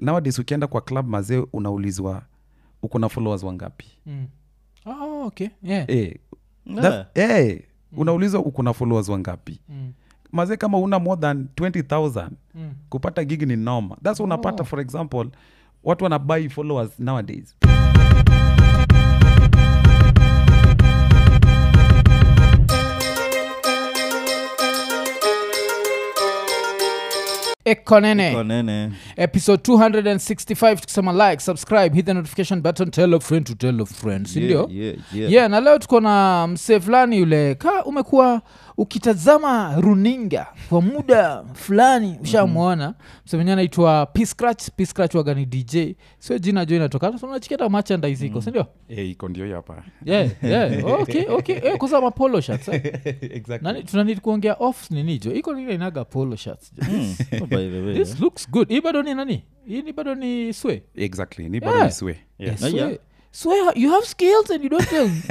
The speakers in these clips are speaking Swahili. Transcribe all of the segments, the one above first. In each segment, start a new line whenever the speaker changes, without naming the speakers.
nowadays ukienda kwa club mazee unaulizwa uko na followers wangapi
Mm. Oh, okay. Yeah.
eh,
Yeah.
that, eh, unaulizwa uko na followers wangapi
Mm.
mazee kama una more than 20000
Mm.
kupata gig ni noma thats oh. unapata for example watu wanabuy followers nowadays
Eko nene.
Iko nene
Eh, episode 265 tukisema like subscribe hit the notification button tell a friend to tell a friend sindio
Yeah, yeah, yeah.
yeah na leo tuko na msee fulani yule ka umekuwa ukitazama runinga kwa muda fulani ushamwona
Mm-hmm.
msemenya anaitwa piscratch piscratch wagani dj sio jina jo inatoka unachiketa merchandise iko sindio
Mm-hmm.
eh, iko ndio hapa
yeah, yeah. okay, okay. Eh, kuza mapolo shirts, eh. Nani- tunanidi kuongea off ninijo iko nile inaga polo shirts jo.
Mm. Oh, by the way,
this looks good hii bado ni nani hii ni bado ni swe
exactly ni bado
Yeah.
ni swe yeah.
Oh, yeah.
Swear- swear, you have skills and you don't tell me.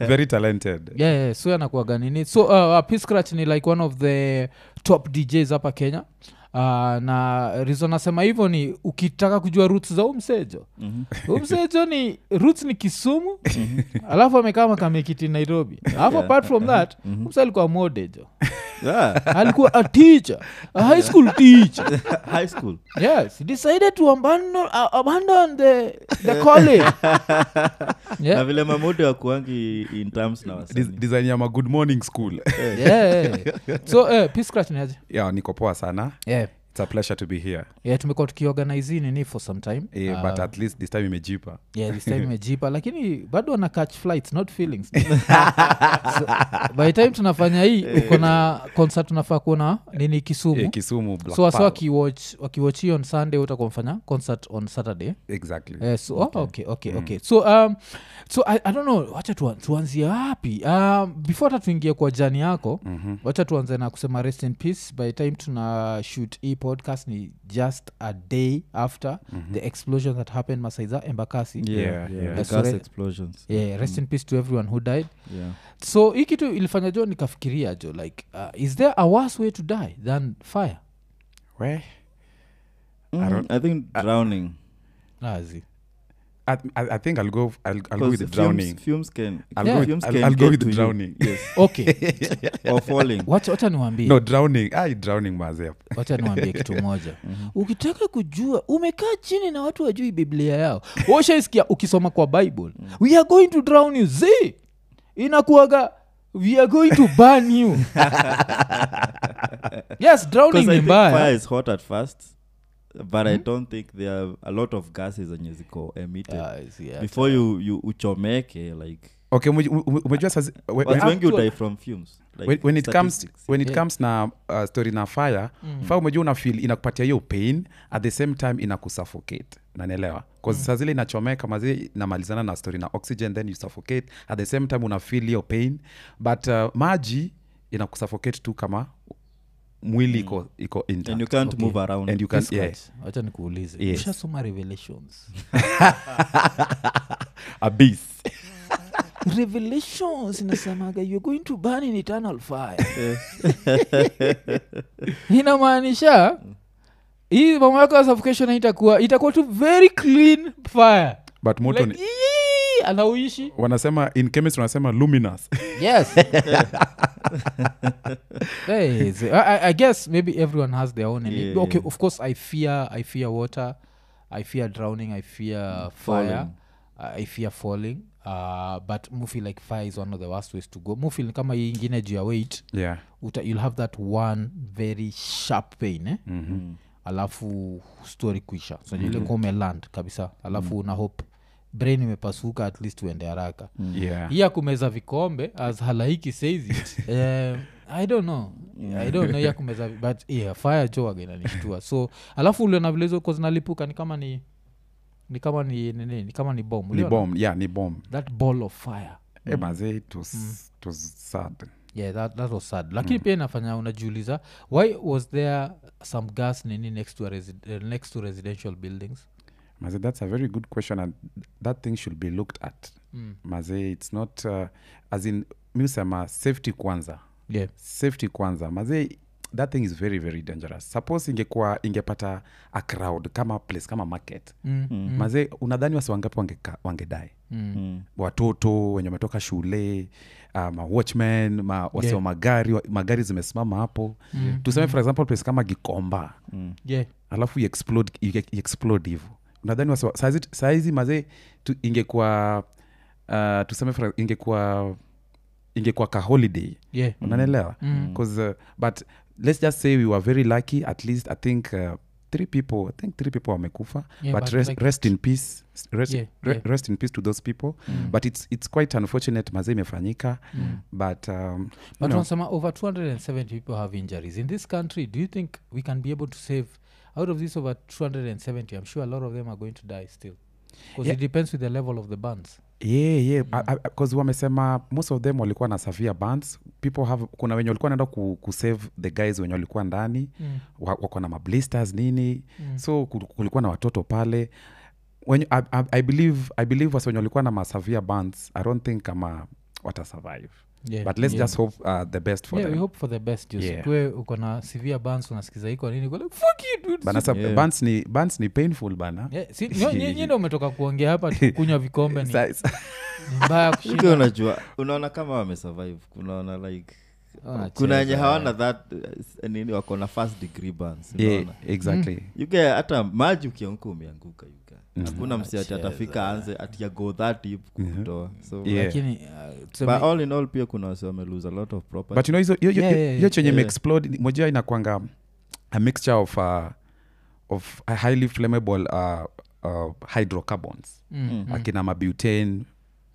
very talented
yeah, yeah, swear anakuwaga nini so uh, uh, piscratch ni like one of the top djs hapa kenya Uh, na rizo nasema hivyo ni ukitaka kujua roots za umsejo umsejo ni roots ni kisumu alafu amekaa makamekiti nairobi alafu apart from that umse alikuwa modejo
Yeah.
alikuwa a teacher a high school teacher
high school
yes he decided to abandon, uh, abandon the, the college
na
yeah.
vile mamude wakuangi in terms na
Des-
wasanii.
design ya ma good morning school
yeah, yeah. so eh, peace Scratch ni aje
yeah, niko poa sana
yeah.
it's a pleasure to be here
yeah, tumekuwa tukiorganize hii nini for some time
eh,
Ah, Mm-hmm.
but at least this time imejipa
yeah, this time imejipa lakini bado ana catch flights not feelings so, by the time tunafanya hii uko na concert unafaa kuona nini kisumu
eh, kisumu Black
so wasa
Pearl.
wakiwatch wakiwatch hii on sunday utakuwa mfanya concert on saturday
exactly
Eh, so, okay. Oh, okay, okay,
Mm.
okay. so, um, so I, I don't know wacha tuan- tuanzie wapi um, before hata tuingie kwa jani yako
Mhm.
mm-hmm. wacha tuanze na kusema rest in peace by the time tuna shoot hii podcast ni just a day after mm-hmm. the explosion that happened masaiza embakasi
Mhm. Yeah, Mm. yeah.
The
That's
gas
right.
explosions
yeah, rest in peace to everyone who died
Yeah.
so hii kitu ilifanya jo nikafikiria jo like uh, is there a worse way to die than fire
Weh.
Mm, I think drowning
nazi
I, I, I think I'll go. I'll, I'll go
'Cause
with drowning.
fumes, fumes can,
I'll
Yeah.
go with,
fumes
I'll,
can
I'll go
get
with
to you.
drowning.
Yes.
okay
or falling
wacha, wacha niwambie
No drowning. I drowning myself.
wacha niwambie kitu moja ukitaka kujua umekaa chini na watu wajui biblia yao washaisikia ukisoma kwa bible we are going to drown you z inakuaga we are going to burn you yes drowning
Because
ni
I think fire
mbaya Mm-hmm.
is hot at first but i don't think there are a lot of gases zenye ziko emitted
Guys, yeah.
before you, you uchomeke like
Okay, umeju- ume- umejua sasa when,
watu
when,
wengi utai from fumes like
when, when it comes
statistics.
when it
Yeah.
comes na uh, story na fire mm. fire umejua una feel inakupatia hiyo pain at the same time inakusuffocate nanaelewa bcause mm. saa zile inachomeka mazi inamalizana na story na oxygen then you suffocate at the same time una feel hiyo pain but uh, maji inakusuffocate tu kama mwili iko mm. iko intact.
and you can't move around
and you can
Chris
yeah,
Christ, wacha nikuulize
Yes.
ushasoma revelations
abyss
revelations inasemaga you're going to burn in eternal fire inamaanisha hii mambo yako ya suffocation itakuwa itakuwa tu very clean fire
but moto
like,
ni-
"Ii!" anauishi
wanasema in chemist wanasema luminous
yes Hey, so I, I- I guess maybe everyone has their own and
Yeah,
okay
yeah.
of course i fear i fear water i fear drowning i fear fire
Falling.
uh, i fear falling uh, but mufi like fire is one of the worst ways to go mufi ni kama hii ingine juu ya weight
yeah
uta, you'll have that one very sharp pain eh? mm-hmm. alafu story kuisha so mm-hmm. ilikuwa umeland kabisa alafu mm-hmm. una hope brain imepasuka at least uende haraka mm-hmm
yeah
hii ya kumeza vikombe as halaiki says it um, i don't know i don't know hii ya kumeza vi- but yeah, fire joaga inanishtua so alafu uliona vile hizo coz nalipuka ni kama ni ni kama ni nini ni kama ni bomb
ni
uliona?
bomb yeah ni bomb
that ball of fire
Eh, mazee, it was, it was sad
yeah that, that was sad lakini pia inafanya unajiuliza why was there some gas nini next to, a resi- eh, next to residential buildings
Maze, that's a very good question, and that thing should be looked at. Mm. Maze, it's not uh, as in mi husema safety kwanza,
yeah
safety kwanza. Maze, that thing is very very dangerous suppose ingekuwa ingepata a crowd kama place kama market
Mm,
mm. maze unadhani wasi wangapi wangeka- wangedae
Mm.
watoto wenye wametoka shule uh, ma watchmen ma, wasio
Yeah.
magari wa, magari zimesimama hapo
Mm.
tuseme for example place kama gikomba
yeah.
alafu you explode, you ex- explode hivo nadhani wasi- saizi, saizi mazee tu, ingekuwa uh, tuseme fra- ingekuwa ingekuwa ka holiday
yeah.
unanelewa mm. uh, but let's just say we were very lucky at least i think uh, three people i think three people wamekufa
Yeah,
but,
but
rest,
like-
rest in peace rest,
Yeah,
re,
yeah.
rest in peace to those people mm. but it's, it's quite unfortunate mazee imefanyika mm. but um, you
but
know,
wanasema over 270 people have injuries in this country do you think we can be able to save out of this over 270 i'm sure a lot of them are going to die still because
Yeah.
it depends with the level of the bands
yeah yeah because mm. wamesema most of them walikuwa na severe bands people have kuna wenye walikuwa naenda ku, kusave the guys wenye walikuwa ndani mm. wako na mablisters nini mm. so kul- kulikuwa na watoto pale wenye, I, I, I believe, I believe wasi wenye walikuwa na masavia bands i don't think kama watasurvive
Yeah,
but let's
yeah.
just hope uh, the best for
yeah, we
them
hope for the best just
Yeah.
kwe uko na severe bands unasikiza iko nini uko like, fuck you dude
bana sab-
Yeah.
bands ni, bands ni painful bana
Yeah, si- nyo- nyi- nyi ndio umetoka kuongea hapa tu kunywa vikombe ni
Sa- sa-
ni mbaya
Mtu
kushinda
unajua unaona kama wamesurvive kunaona like
Ah,
kuna wenye hawana that uh, nini wako na first degree burns
yeah,
unaona?
exactly
yuke hata maji ukianguka umeanguka yuka
Mm. Ah,
hakuna msi ati atafika anze ati ya go that deep kukutoa so
Mm-hmm. Yeah.
lakini uh,
but
tuseme-
all in all pia kuna wasi wamelose a lot of property
but you know hizo hiyo- hiyo-
Yeah, yeah,
hiyo chenye
yeah.
imeexplode moja inakwanga a mixture of uh, of a highly flammable uh, uh, hydrocarbons
Mm,
akina mabutane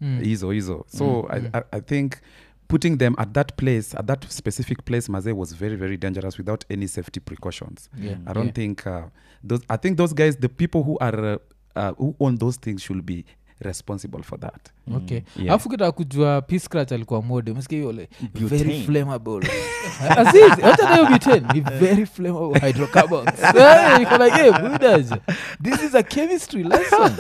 Mm.
hizo hizo so I, I, i think putting them at that place at that specific place maze was very very dangerous without any safety precautions
Yeah,
i don't
yeah.
think uh, those i think those guys the people who are uh, uh, who own those things should be responsible for that
okay
Yeah.
alafu kitaka kujua piscratch alikuwa mode mskiole very
Butane.
flammable Azizi, acha na hiyo butane, ni very flammable hydrocarbons Eh, iko like eh, budaje. this is a chemistry lesson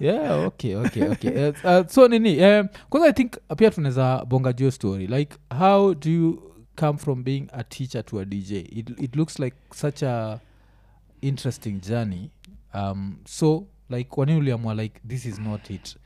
yeah okay okay okay Eh, uh, so nini um, i think pia tunaweza bonga juu hiyo story like how do you come from being a teacher to a dj it, it looks like such a interesting journey um, so like kwanini uliamua like this is not it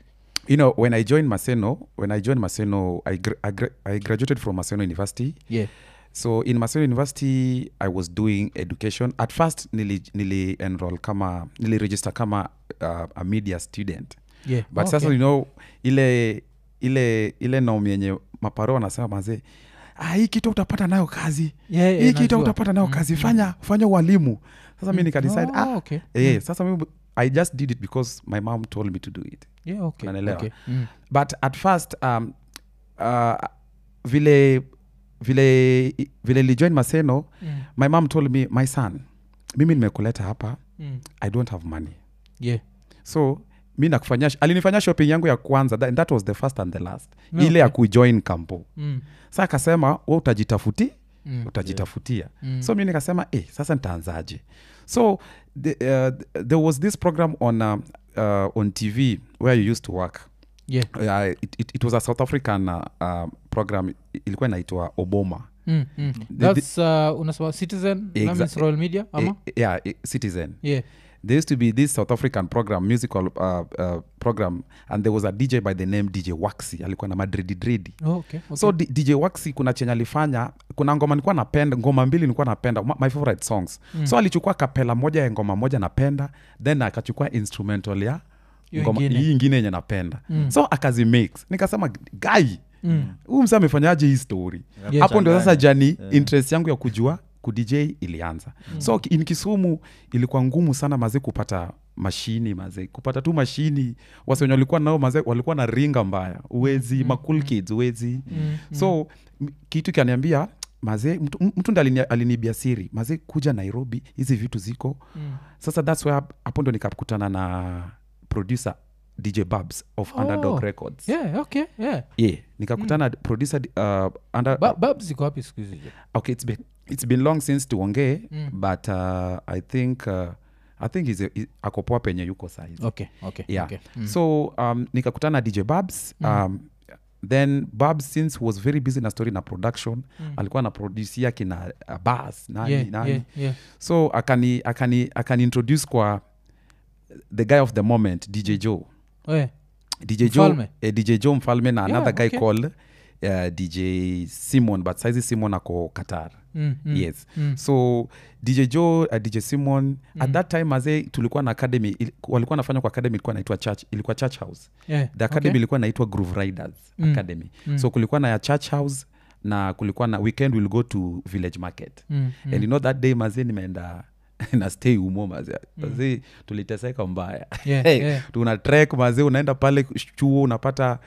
you know when i joined maseno when i joined maseno i, gra- I, gra- I graduated from maseno university
yeah
so in maseno university i was doing education at first nili, nili enroll kama nili register kama uh, a media student
yeah
but
okay.
sasa you know ile ile ile naomi yenye maparo wanasema mazee "Ah, hii kitu utapata nayo kazi
Yeah, yeah,
hii kitu
najua. Mm. Mm-hmm.
utapata nayo kazi fanya fanya ualimu sasa mi nikadecide
Oh,
ah,
okay.
eh, sasa mi i just did it because my mom told me to do it
yeah okay
Unanielewa?
okay mm.
but at first um, uh, vile vile vile lijoin maseno
Mm.
my mom told me my son mimi nimekuleta hapa
Mm.
i don't have money
yeah
so mi nakufanya alinifanya shopping yangu ya kwanza that, that was the first and the last
Yeah,
ile ya kujoin kampo
mm.
sa akasema we utajitafuti
Mm.
utajitafutia
Mm.
so mi nikasema eh, sasa nitaanzaje so the, uh, there was this program on, uh, uh, on tv where you used to work
yeah
uh, it, it, it was a south african uh, uh, program I- ilikuwa inaitwa oboma
mm. Mm. that's uh, unasema citizen that
Exa-
means royal media ama
Eh, yeah eh, citizen
yeah
there used to be this south african program musical uh, uh, program and there was a dj by the name dj waxi alikuwa na madredidredi
oh, okay, okay.
so D- dj waxi kuna chenye alifanya kuna ngoma nilikuwa napenda ngoma mbili nilikuwa napenda ma- my favorite songs mm. so alichukua kapela moja ya ngoma moja napenda then akachukua instrumental ya
Hiyo
ngoma-
ingine.
hii ingine yenye napenda mm. so akazimix nikasema gai
Mm.
huu msa amefanyaje hii story
Yeah.
hapo ndio sasa
Changanya.
jani interest yangu ya kujua kudj ilianza mm. so ki- in kisumu ilikuwa ngumu sana maze kupata mashini maze kupata tu mashini wasenye walikuwa nao maze walikuwa na ringa mbaya uwezi mm. makul kids uwezi mm. so m- kitu kaniambia mazee mtu, mtu ndo alini, alinibia siri mazee kuja nairobi hizi vitu ziko mm. sasa thats where hapo ndo nikakutana na producer dj babs of oh. underdog records
yeah okay yeah
yeah. nikakutana mm. producer uh, under,
ba- babs iko wapi siku hizi jo?
okay it's been it's been long since tuongee mm. but uh, i think uh, i think is ako poa penye yuko size
Oh, okay Mm. okay
yeah
okay
so um, nikakutana na dj babs um, then bab since was very busy na story na production mm. alikuwa na produsia kina uh, bas nani,
yeah,
nani.
yeah, yeah.
so akani akani akani introduce kwa the guy of the moment dj joe
Eh,
dj joe
Mfalme.
eh, dj joe mfalme na
Yeah,
another guy
okay.
called uh, dj simon but saizi simon ako qatar
mm, mm. Mm.
yes so dj joe uh, dj simon at that time mazee tulikuwa na academy il, walikuwa nafanya kwa academy ilikuwa naitwa church ilikuwa church house
Yeah,
the academy
okay.
ilikuwa inaitwa groove riders
Mm.
academy so kulikuwa na ya church house na kulikuwa na weekend we'll go to village market
Mm,
and you know that day mazee nimeenda na stay umo mazee mm. tuliteseka mbaya
Yeah,
Hey,
yeah.
tuna trek mazee unaenda pale chuo unapata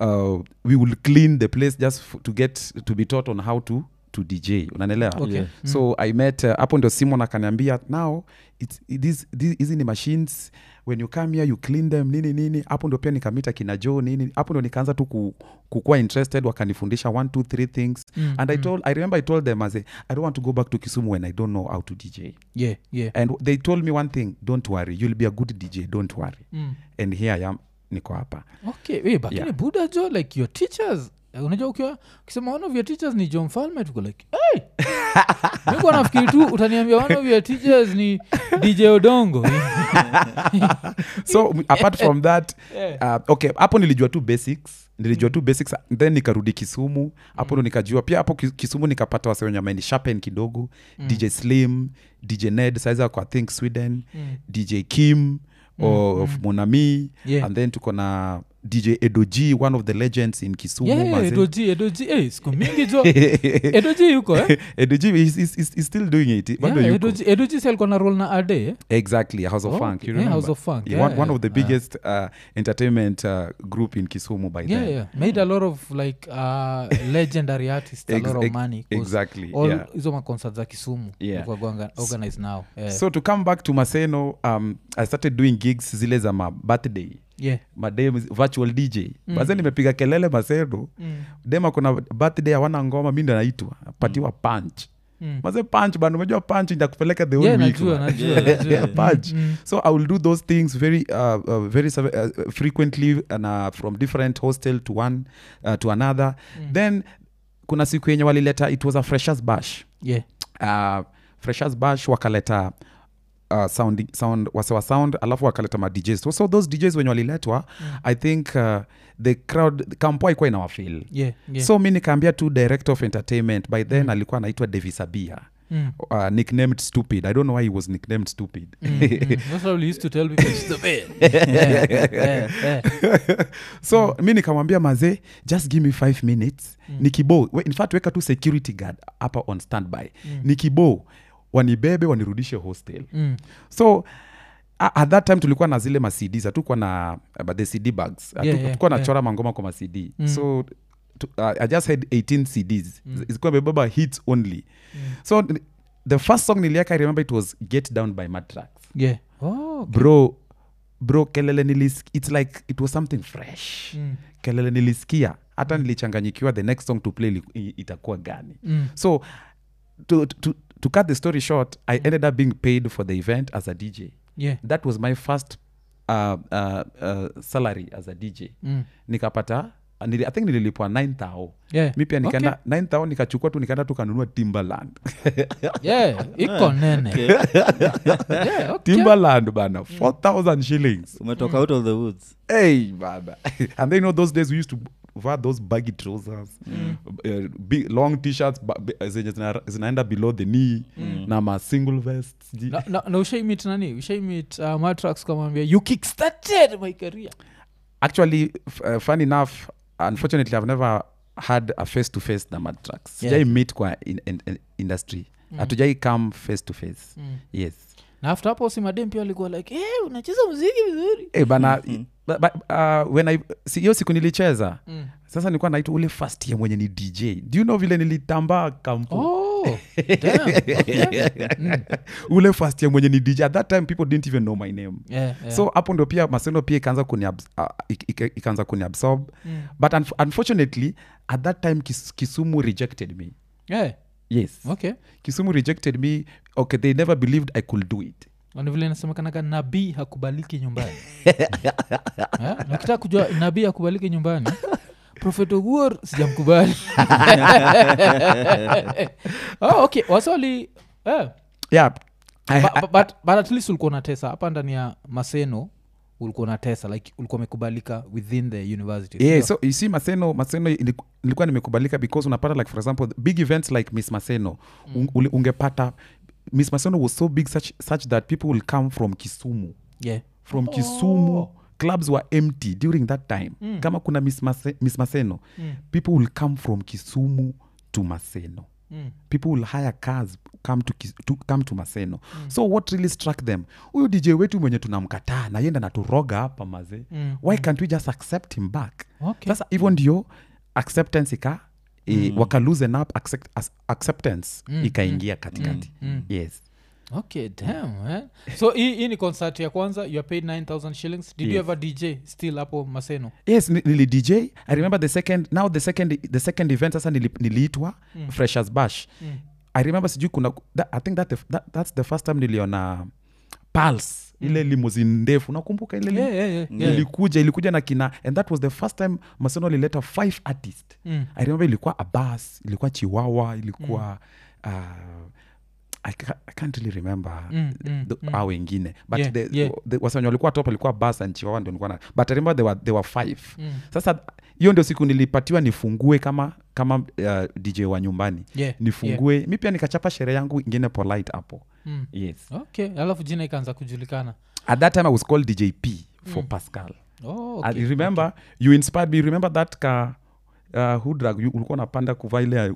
uh, we will clean the place just f- to get to be taught on how to to dj unanelewa
Okay. Yeah.
so i met uh, hapo ndio simon akaniambia now it's- this- this- hizi ni machines when you come here you clean them nini nini hapo ndio pia nikamita kina jo nini hapo ndio nikaanza tu ku, kukuwa interested wakanifundisha one two three things mm, and I, told, i remember i told them as a, i don't want to go back to kisumu when i don't know how to dj
Yeah, yeah.
and they told me one thing don't worry you'll be a good dj don't worry
Mm.
and here i am niko hapa
okay eh, but
Yeah.
ile buda jo like your teachers eh, unajua ukiwa ukisema one of your teachers ni john falme tuko like hey! mikuwa nafikiri tu utaniambia one of your teachers ni dj odongo
so m- apart from that
Yeah.
uh, okay hapo nilijua tu basics nilijua tu basics then nikarudi kisumu hapo ndo
Mm.
nikajua pia hapo Ki- kisumu nikapata wase wenye maini shapen kidogo
Mm.
dj slim dj ned saiza kwa think sweden
Mm.
dj kim of monami
Yeah.
and then tuko na dj edoji one of the legends in kisumu
Yeah, yeah,
mazee.
edoji edoji eh, siku mingi jo edoji yuko eh?
edoji is, is, is, is still doing it bado
Yeah,
yuko.
Edoji- edoji si alikuwa na rol na ade eh?
exactly house of
Oh,
funk you
yeah,
remember?
House of Funk,
Yeah, one,
yeah,
one of
yeah.
the biggest uh, entertainment uh, group in kisumu by
yeah,
then
yeah. made a lot of like uh, legendary artist a
Ex-
lot of
ex-
money 'cause
exactly,
all
yeah.
hizo maconcert za kisumu
Yeah.
ilikuwa gwanga- organized now yeah.
so to come back to maseno um, i started doing gigs zile za ma birthday
yeah.
madem virtual dj mm. baze nimepiga kelele maseno mm. dem akona birthday hawana ngoma mi ndo naitwa patiwa punch Mm. maze punch bana umejua punch ndakupeleka the whole
Yeah,
week
najua,
man.
najua,
Yeah,
najua. Mm,
punch so i will do those things very uh, uh, very sev- uh, frequently and, uh, from different hostel to one uh, to another
Mm.
then kuna siku yenye walileta it was a freshers bash
Yeah.
uh, freshers bash wakaleta Uh, sound, sound wasewa sound alafu wakaleta madjs so, so those djs wenye waliletwa
Mm.
i think uh, the crowd kampo ikuwa inawafil
Yeah, yeah.
so mi nikaambia tu director of entertainment by then alikuwa anaitwa devisabia
Mm.
uh, nicknamed stupid i don't know why he was nicknamed stupid
Mm, that's what we used to tell people, "She's the best." Yeah, yeah, yeah.
so mi nikamwambia mazee just give me five minutes mm. nikibo we- in fact weka tu security guard hapa on standby mm. nikibo wanibebe wanirudishe hostel
Mm.
so a- at that time tulikuwa na zile macd hatukuwa na uh, but the cd bags
Yeah,
hatukuwa
yeah,
yeah,
yeah.
nachora mangoma kwa macd mm. so tu, uh, i just had 18 cds mm. zikuwa imebeba hits only mm. so n- the first song niliaka i remember it was get down by matrax
Yeah. Oh, okay.
bro bro kelele nilis its like it was something fresh mm. kelele nilisikia hata
Mm.
nilichanganyikiwa the next song to play iliku- i- itakuwa gani mm. so to, to, to cut the story short i
Mm.
ended up being paid for the event as a dj
Yeah.
that was my first uh, uh, uh, salary as a dj
Mm.
nikapata nili, i think nililipwa 9 thao
Yeah.
mi pia nikaenda
Okay.
9 thao nikachukua tu nikaenda tu kanunua timbaland
Yeah, iko nene. Yeah, okay.
timbaland bana 4000 shillings
umetoka out of the woods
hey baba and then you know those days we used to wear those baggy trousers uh, big, long t-shirts ba- bi- zenye zina- zinaenda below the knee na ma single vest sijui.
Na- na- na ushaimit nani ushaimit uh, matrax kamwambia you kickstarted my career
actually f- uh, fun enough unfortunately i've never had a face to face na matrax
Yeah.
sijai meet kwa in, in, in industry hatujai come face to face yes
na after hapo simadem pia alikuwa like hey, unacheza muziki vizuri
Eh, bana ba- ba- uh, when I- si- hiyo siku nilicheza sasa nilikuwa naitwa ule first year mwenye ni dj do you know vile nilitambaa kampu
oh, damn. Yeah.
Mm. ule first year mwenye ni dj at that time people didn't even know my name
Yeah, yeah.
so hapo ndio pia maseno pia ikaanza kuni abs- ah, ik- ik- ikaanza kuniabsorb mm. but unf unfortunately at that time kis kisumu rejected me
Yeah,
yes
okay
kisumu rejected me okay they never believed i could do it
Na ni vile inasemekanaga nabii hakubaliki nyumbani Eh, na ukitaka kujua nabii hakubaliki nyumbani profet oguor sijamkubali oh, okay wasoli eh.
yeah I,
Ba- ba- but, but at least ulikuwa unatesa hapa ndani ya maseno ulikuwa unatesa like ulikuwa umekubalika within the university
yeah, so you see maseno maseno iliku- nilikuwa nimekubalika because unapata like for example big events like miss maseno mm. ungepata miss maseno was so big such, such that people will come from kisumu
yeah.
from oh. kisumu clubs were empty during that time mm. kama kuna miss, Mase, miss maseno mm. people will come from kisumu to maseno Mm. people will hire cars come to, Kis- to, come to maseno mm. so what really struck them huyu dj wetu mwenye tunamkataa nayenda naturoga hapa mazee mm. why can't we just accept him back
Okay.
sasa hivyo ndio acceptance ika mm. waka loosen up accept, as- acceptance mm. ikaingia katikati mm. Mm. yes
okay damn eh? so hii hii ni concert ya kwanza you are paid 9000 shillings did yes.
Yes.
you ever dj still hapo maseno
yes ni- nili dj i remember the second now the second, the second event sasa nili- niliitwa mm. freshers bash mm. i remember sijui kuna that, i think that the, that, that's the first time niliona pals mm. ile limosin ndefu nakumbuka ile li-
yeah, yeah, yeah.
yeah. ilikuja ilikuja na kina and that was the first time maseno alileta five artist mm. i remember ilikuwa abas ilikuwa chiwawa ilikuwa mm. uh, I, ca- i can't really remember mm, mm, the, mm. wengine but
Yeah,
the,
yeah.
the, wasanii walikuwa top alikuwa bas and chiwawa ndio nilikuwa na but i remember there were, there were five mm. sasa hiyo ndio siku nilipatiwa nifungue kama kama uh, dj wa nyumbani
Yeah,
nifungue mi pia nikachapa sherehe yangu ingine polite hapo
Mm.
yes
okay alafu jina ikaanza kujulikana
at that time i was called dj p for pascal
oh,
okay,
okay.
I remember okay. you inspired me remember that ka uh, hudrag you- ulikuwa unapanda kuvaa ile ya-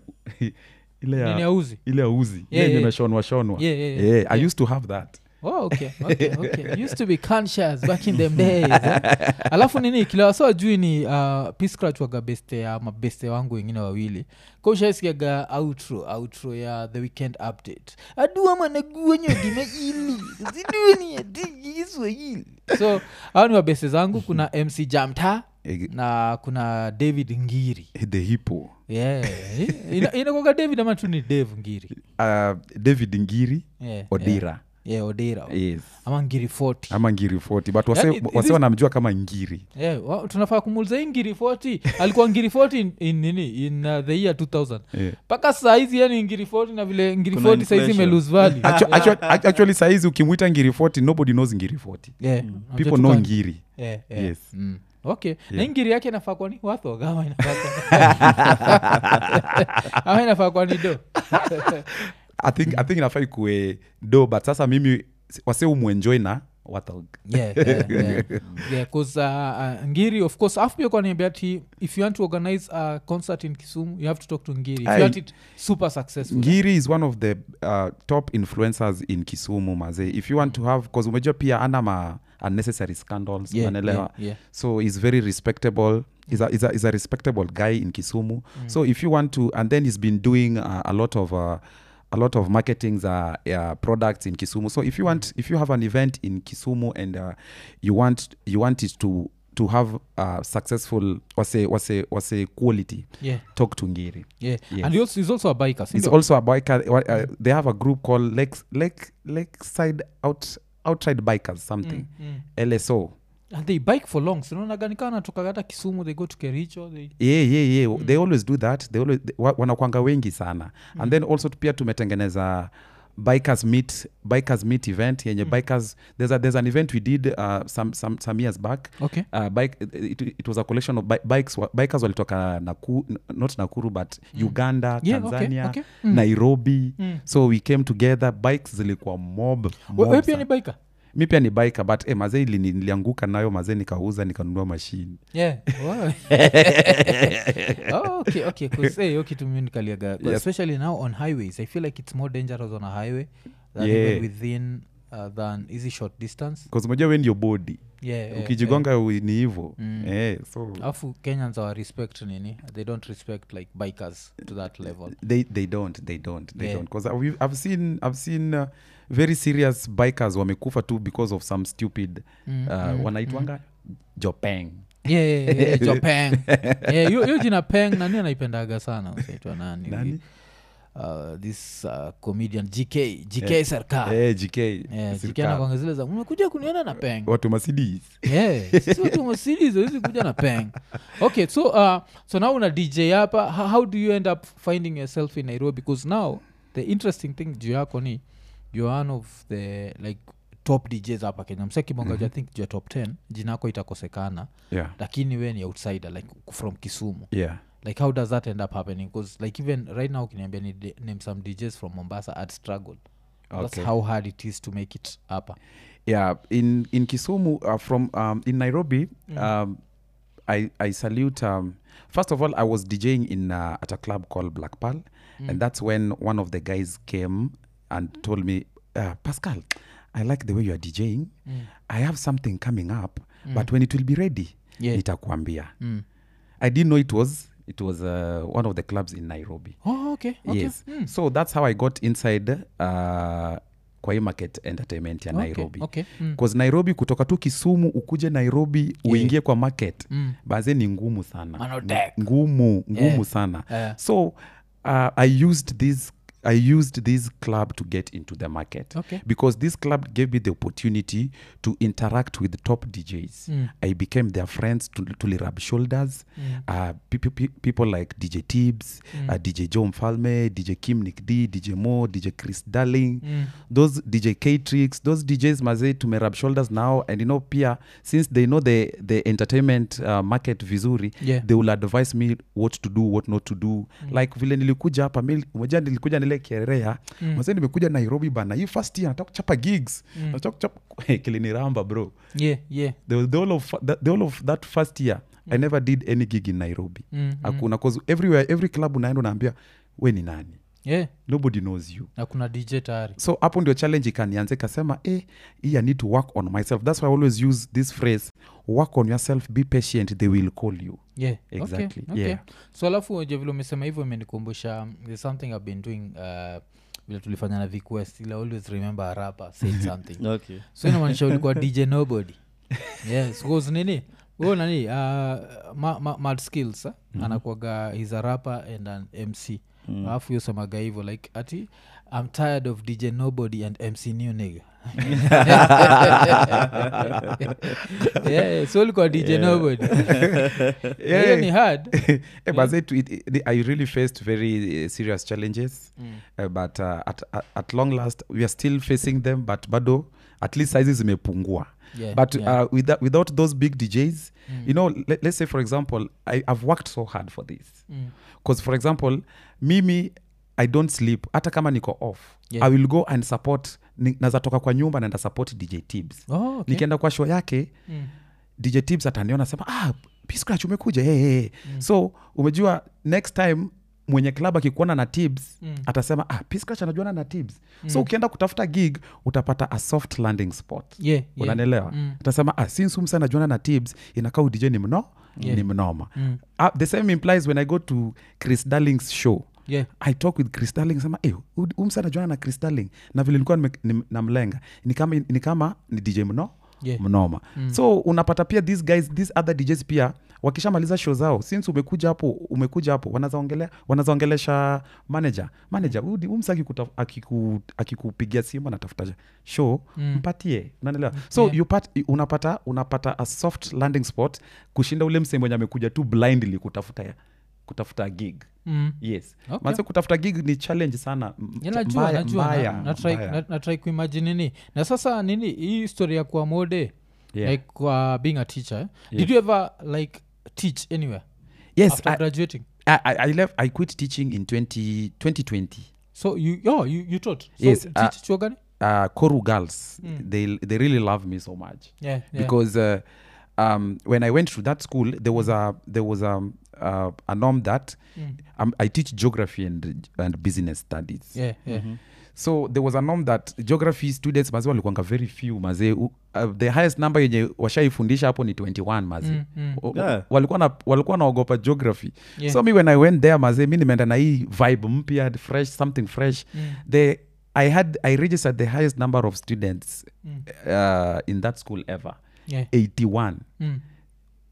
ile
Nini
ya
ya uzi
ile ya uzi ile
yeah,
yenye
yeah.
imeshonwa shonwa
Yeah, yeah, yeah.
i used to have that
Oh, okay, okay, okay. used to be conscious back in them days eh? alafu nini kila wasa wajui ni uh, piscratch waga beste ya mabeste wangu wengine wawili ko ushaisikiaga outro outro ya the weekend update adua managuanyodime ili sidueniadiiswahili so hao ni wabeste zangu kuna mc jamta
Eh,
na kuna david ngiri
the hippo
yeah. Ina- inakuwaga david ama tu ni dave ngiri
uh, david ngiri
yeah,
odira
yeah, odera
yes
ama ngiri 40
ama ngiri 40 but
Yaani,
wase,
this-
wase wanamjua kama ngiri
Yeah, wa- tunafaa kumuuliza hii ngiri 40 alikuwa ngiri 40 in, in, nini in uh, the year 2000
Yeah.
mpaka saizi yani ngiri 40 na vile ngiri
Kuna
40 saizi
inflation.
imelose value.
Actu- actu- actu- actually saizi ukimwita ngiri 40 nobody knows ngiri 40
Yeah, unajua
Mm. people
tu
know
ka-
ngiri
Yeah, yeah.
Yes.
Mm. okay na
Yeah.
hii ngiri yake inafaa kwani wathogawa ama inafaa kwani do
i think, I think inafaa ikue do but sasa mimi wase umwenjoi na wathog
yeah, yeah, yeah. yeah, 'cause, uh, uh, ngiri of course afu pia kwaniambia ti if you want to organize a concert in kisumu you have to talk to ngiri if you
Aye.
want it super successful
ngiri is one of the uh, top influencers in kisumu maze if you want to have bcause umejua pia ana ma unnecessary scandals
Yeah,
unaelewa
yeah, yeah.
so he's very respectable He's a, he's, a, he's a respectable guy in kisumu
Mm.
so if you want to and then he's been doing uh, a lot of uh, a lot of marketing uh, uh, products in kisumu so if you want
Mm.
if you have an event in kisumu and uh, you want you want it to to have uh, successful wase wase wase quality
Yeah.
talk to ngiri
yeah.
Yes.
and he also, he's also a biker si
it's
ndio?
also a biker wa- uh, they have a group called lake lake lakeside out outside bikers something lso
and they bike for long sinaonaganika anatoka hata kisumu they go to kericho they
yeah, yeah, yeah. they always do that they always, they, wa- wanakwanga wengi sana and then also pia tumetengeneza bikers meet bikers meet event yenye bikers there's, a, there's an event we did uh, some, some, some years back
Okay.
uh, bike, it, it was a collection of bi- bikes wa- bikers walitoka naku, not nakuru but uganda
Mm. Yeah, okay,
tanzania
okay. Mm.
nairobi so we came together bikes zilikuwa mob, mob
wewe pia
sana.
ni biker
mi pia ni biker but eh, mazee ili- nilianguka nayo mazee nikauza nikanunua mashini
yeah wow. oh, okay okay cause hey, okay to me nikaliaga
Yes.
especially now on highways i feel like it's more dangerous on a highway than
Yeah.
even within uh, than easy short distance
bcause umejua we ndio body
yeah, yeah,
ukijigonga u- ni hivo
Mm.
eh, so
yeah. alafu kenyans awa respect nini they don't respect like bikers to that level
they, they don't they don't they
Yeah.
don't because I've, I've seen i've seen uh, very serious bikers wamekufa tu because of some stupid
Mm,
uh, wanaitwanga jopeng
Yeah, yeah, yeah, yeah, jo Peng. Yeah, hiyo hiyo jina peng nani anaipendaga sana usaitwa nani
Nani?
uh, this uh, comedian gk gk yeah. sarkar Ah. yeah.
Eh, JK,
gk
Sirkar.
anakwanga zile za umekuja kuniona na peng
watu masidi
Yeah, sisi watu masiliz awezi kuja na peng okay so uh, so now una dj hapa Ho- how do you end up finding yourself in nairobi because now the interesting thing juu yako ni youare one of the like top djs hapa kenya msekibonga mm-hmm. i think juu ya top 10 jina yako itakosekana
yeah.
lakini we ni outsider like from kisumu
yeah.
like how does that end up happening because like even right now ukiniambia ni de- name some djs from mombasa ad struggle
Okay.
that's how hard it is to make it hapa
yeah in in kisumu uh, from um, in nairobi
Mm.
um, I, I salute um, first of all i was djing in uh, at a club called black pearl
Mm.
and that's when one of the guys came and told me uh, pascal i like the way you are djing
Mm.
i have something coming up but when it will be ready
Yeah. Mm.
nitakuambia i didn't know it was it was uh, one of the clubs in nairobi
oh, okay, okay.
yes so that's how i got inside uh, kwai market entertainment ya
Okay,
nairobi
okay. Mm.
Cause nairobi kutoka tu kisumu ukuje nairobi uingie kwa market mm. baze ni ngumu sana
Manotek.
Ng- ngumu ngumu
Hmm. Yeah.
sana
Yeah.
so uh, i used this i used this club to get into the market
Okay.
because this club gave me the opportunity to interact with top djs
Mm.
i became their friends to, to rub shoulders
Hmm.
uh, pe- pe- pe- people like dj tibs uh, dj joe mfalme dj kim nick d dj mo dj chris darling
Hmm.
those dj K-Trix, those djs mazee tume rub shoulders now and you know pia since they know the, the entertainment uh, market vizuri
Yeah.
they will advise me what to do what not to do mm. like vile nilikuja hapa mi- umejua nilikuja nile kerea mm. mazee nimekuja nairobi bana hii first year nataka kuchapa gigs mm. nataka kuchapa hey, kiliniramba bro
yeah yeah
the, the, whole of, fa- the, the whole of that first year mm. Mm-hmm. i never did any gig in nairobi
Mm,
hakuna cause everywhere every club unaenda unaambia we ni nani
yeah
nobody knows you
na kuna dj tayari
so hapo ndio challenge ikanianza ikasema eh, hii i need to work on myself that's why i always use this phrase work on yourself be patient they will call you
yeah
Exactly,
okay, okay.
yeah.
so alafu je vile umesema hivyo imenikumbusha um, there's something i've been doing uh, vile tulifanya na request ila always remember a rapper said something
okay
so inamaanisha ulikuwa dj nobody yes because nini huyo nani uh, ma, ma, mad skills eh? anakuaga hes a rapper and an mc alafu mm. semaga hivyo like ati i'm tired of dj nobody and mc new nigga yeah, so ulikuwa dj nobody
Yeah.
hiyo ni hard
Eh,
Mm.
but that it, it, i really faced very uh, serious challenges
Mm.
uh, but uh, at, at, at long last we are still facing them but bado at least sizes zimepungua
Yeah,
but
yeah. Mm.
Uh, without, without those big djs you know let, let's say for example I, i've worked so hard for this
Mm.
because for example mimi i don't sleep hata kama niko off
Yeah.
i will go and support ni- naeza toka kwa nyumba naenda support dj tibs
Oh, okay.
nikienda kwa show yake mm. dj tips ataniona sema ah piscrach umekuja hey, hey. Mm. so umejua next time mwenye klab akikuona na tibs mm. atasema ah, piscrach anajuana na tibs mm. so ukienda kutafuta gig utapata a soft landing spot
Yeah, yeah. Mm.
unanelewa atasema ah, since humsa anajuana na tibs inakaa udj ni mno
Yeah.
ni mnoma mm. ah, the same implies when i go to chris darlings show
Yeah.
i talk with cristalling sema eh, hu- hu msa najuana na cristalling na vile nilikuwa nime- nim- namlenga ni kama ni kama ni dj mno
Yeah.
mnoma
Mm.
so unapata pia these guys these other djs pia wakishamaliza show zao since umekuja hapo umekuja hapo wanazaongelea wanazaongelesha manager manager
Mm.
huyu di- huyu msa akikuta- akiku- akikupigia simu anatafuta show
Mm.
mpatie unaelewa so you pat, unapata unapata a soft landing spot kushinda ule msee mwenye amekuja tu blindly kutafuta kutafuta gig
Mm.
yes
Okay.
okay. kutafuta gig ni challenge sana m-
Yeah,
cha-
najua,
mbaya-
najua, na-
mbaya,
na try-
mbaya.
na- na try kuimagine nini na sasa nini hii histori ya kuwa mode
Yeah.
like kwa being a teacher eh? did you ever like teach anywhere
yes
after
I,
graduating
I, I, I left i quit teaching in 20, 2020
so you, oh, you, you taught so
Yes,
teach
uh,
chuo gani
uh, koru girls they, they really love me so much
Hmm. yeah, yeah.
because uh, um, when I went to that school, there was a there was a, uh, a norm that
Hmm.
um, I teach geography and and business studies.
yeah, yeah.
so there was a norm that geography students mazee walikuanga very few mazee U- uh, the highest number yenye washaifundisha hapo ni 21 mazee mm,
Yeah.
walikuwa na walikuwa naogopa geography
Yeah.
so mi when i went there mazee mi nimeenda na hii vibe mpya fresh something fresh the i had i registered the highest number of students uh, in that school ever
Yeah.
81
Mm.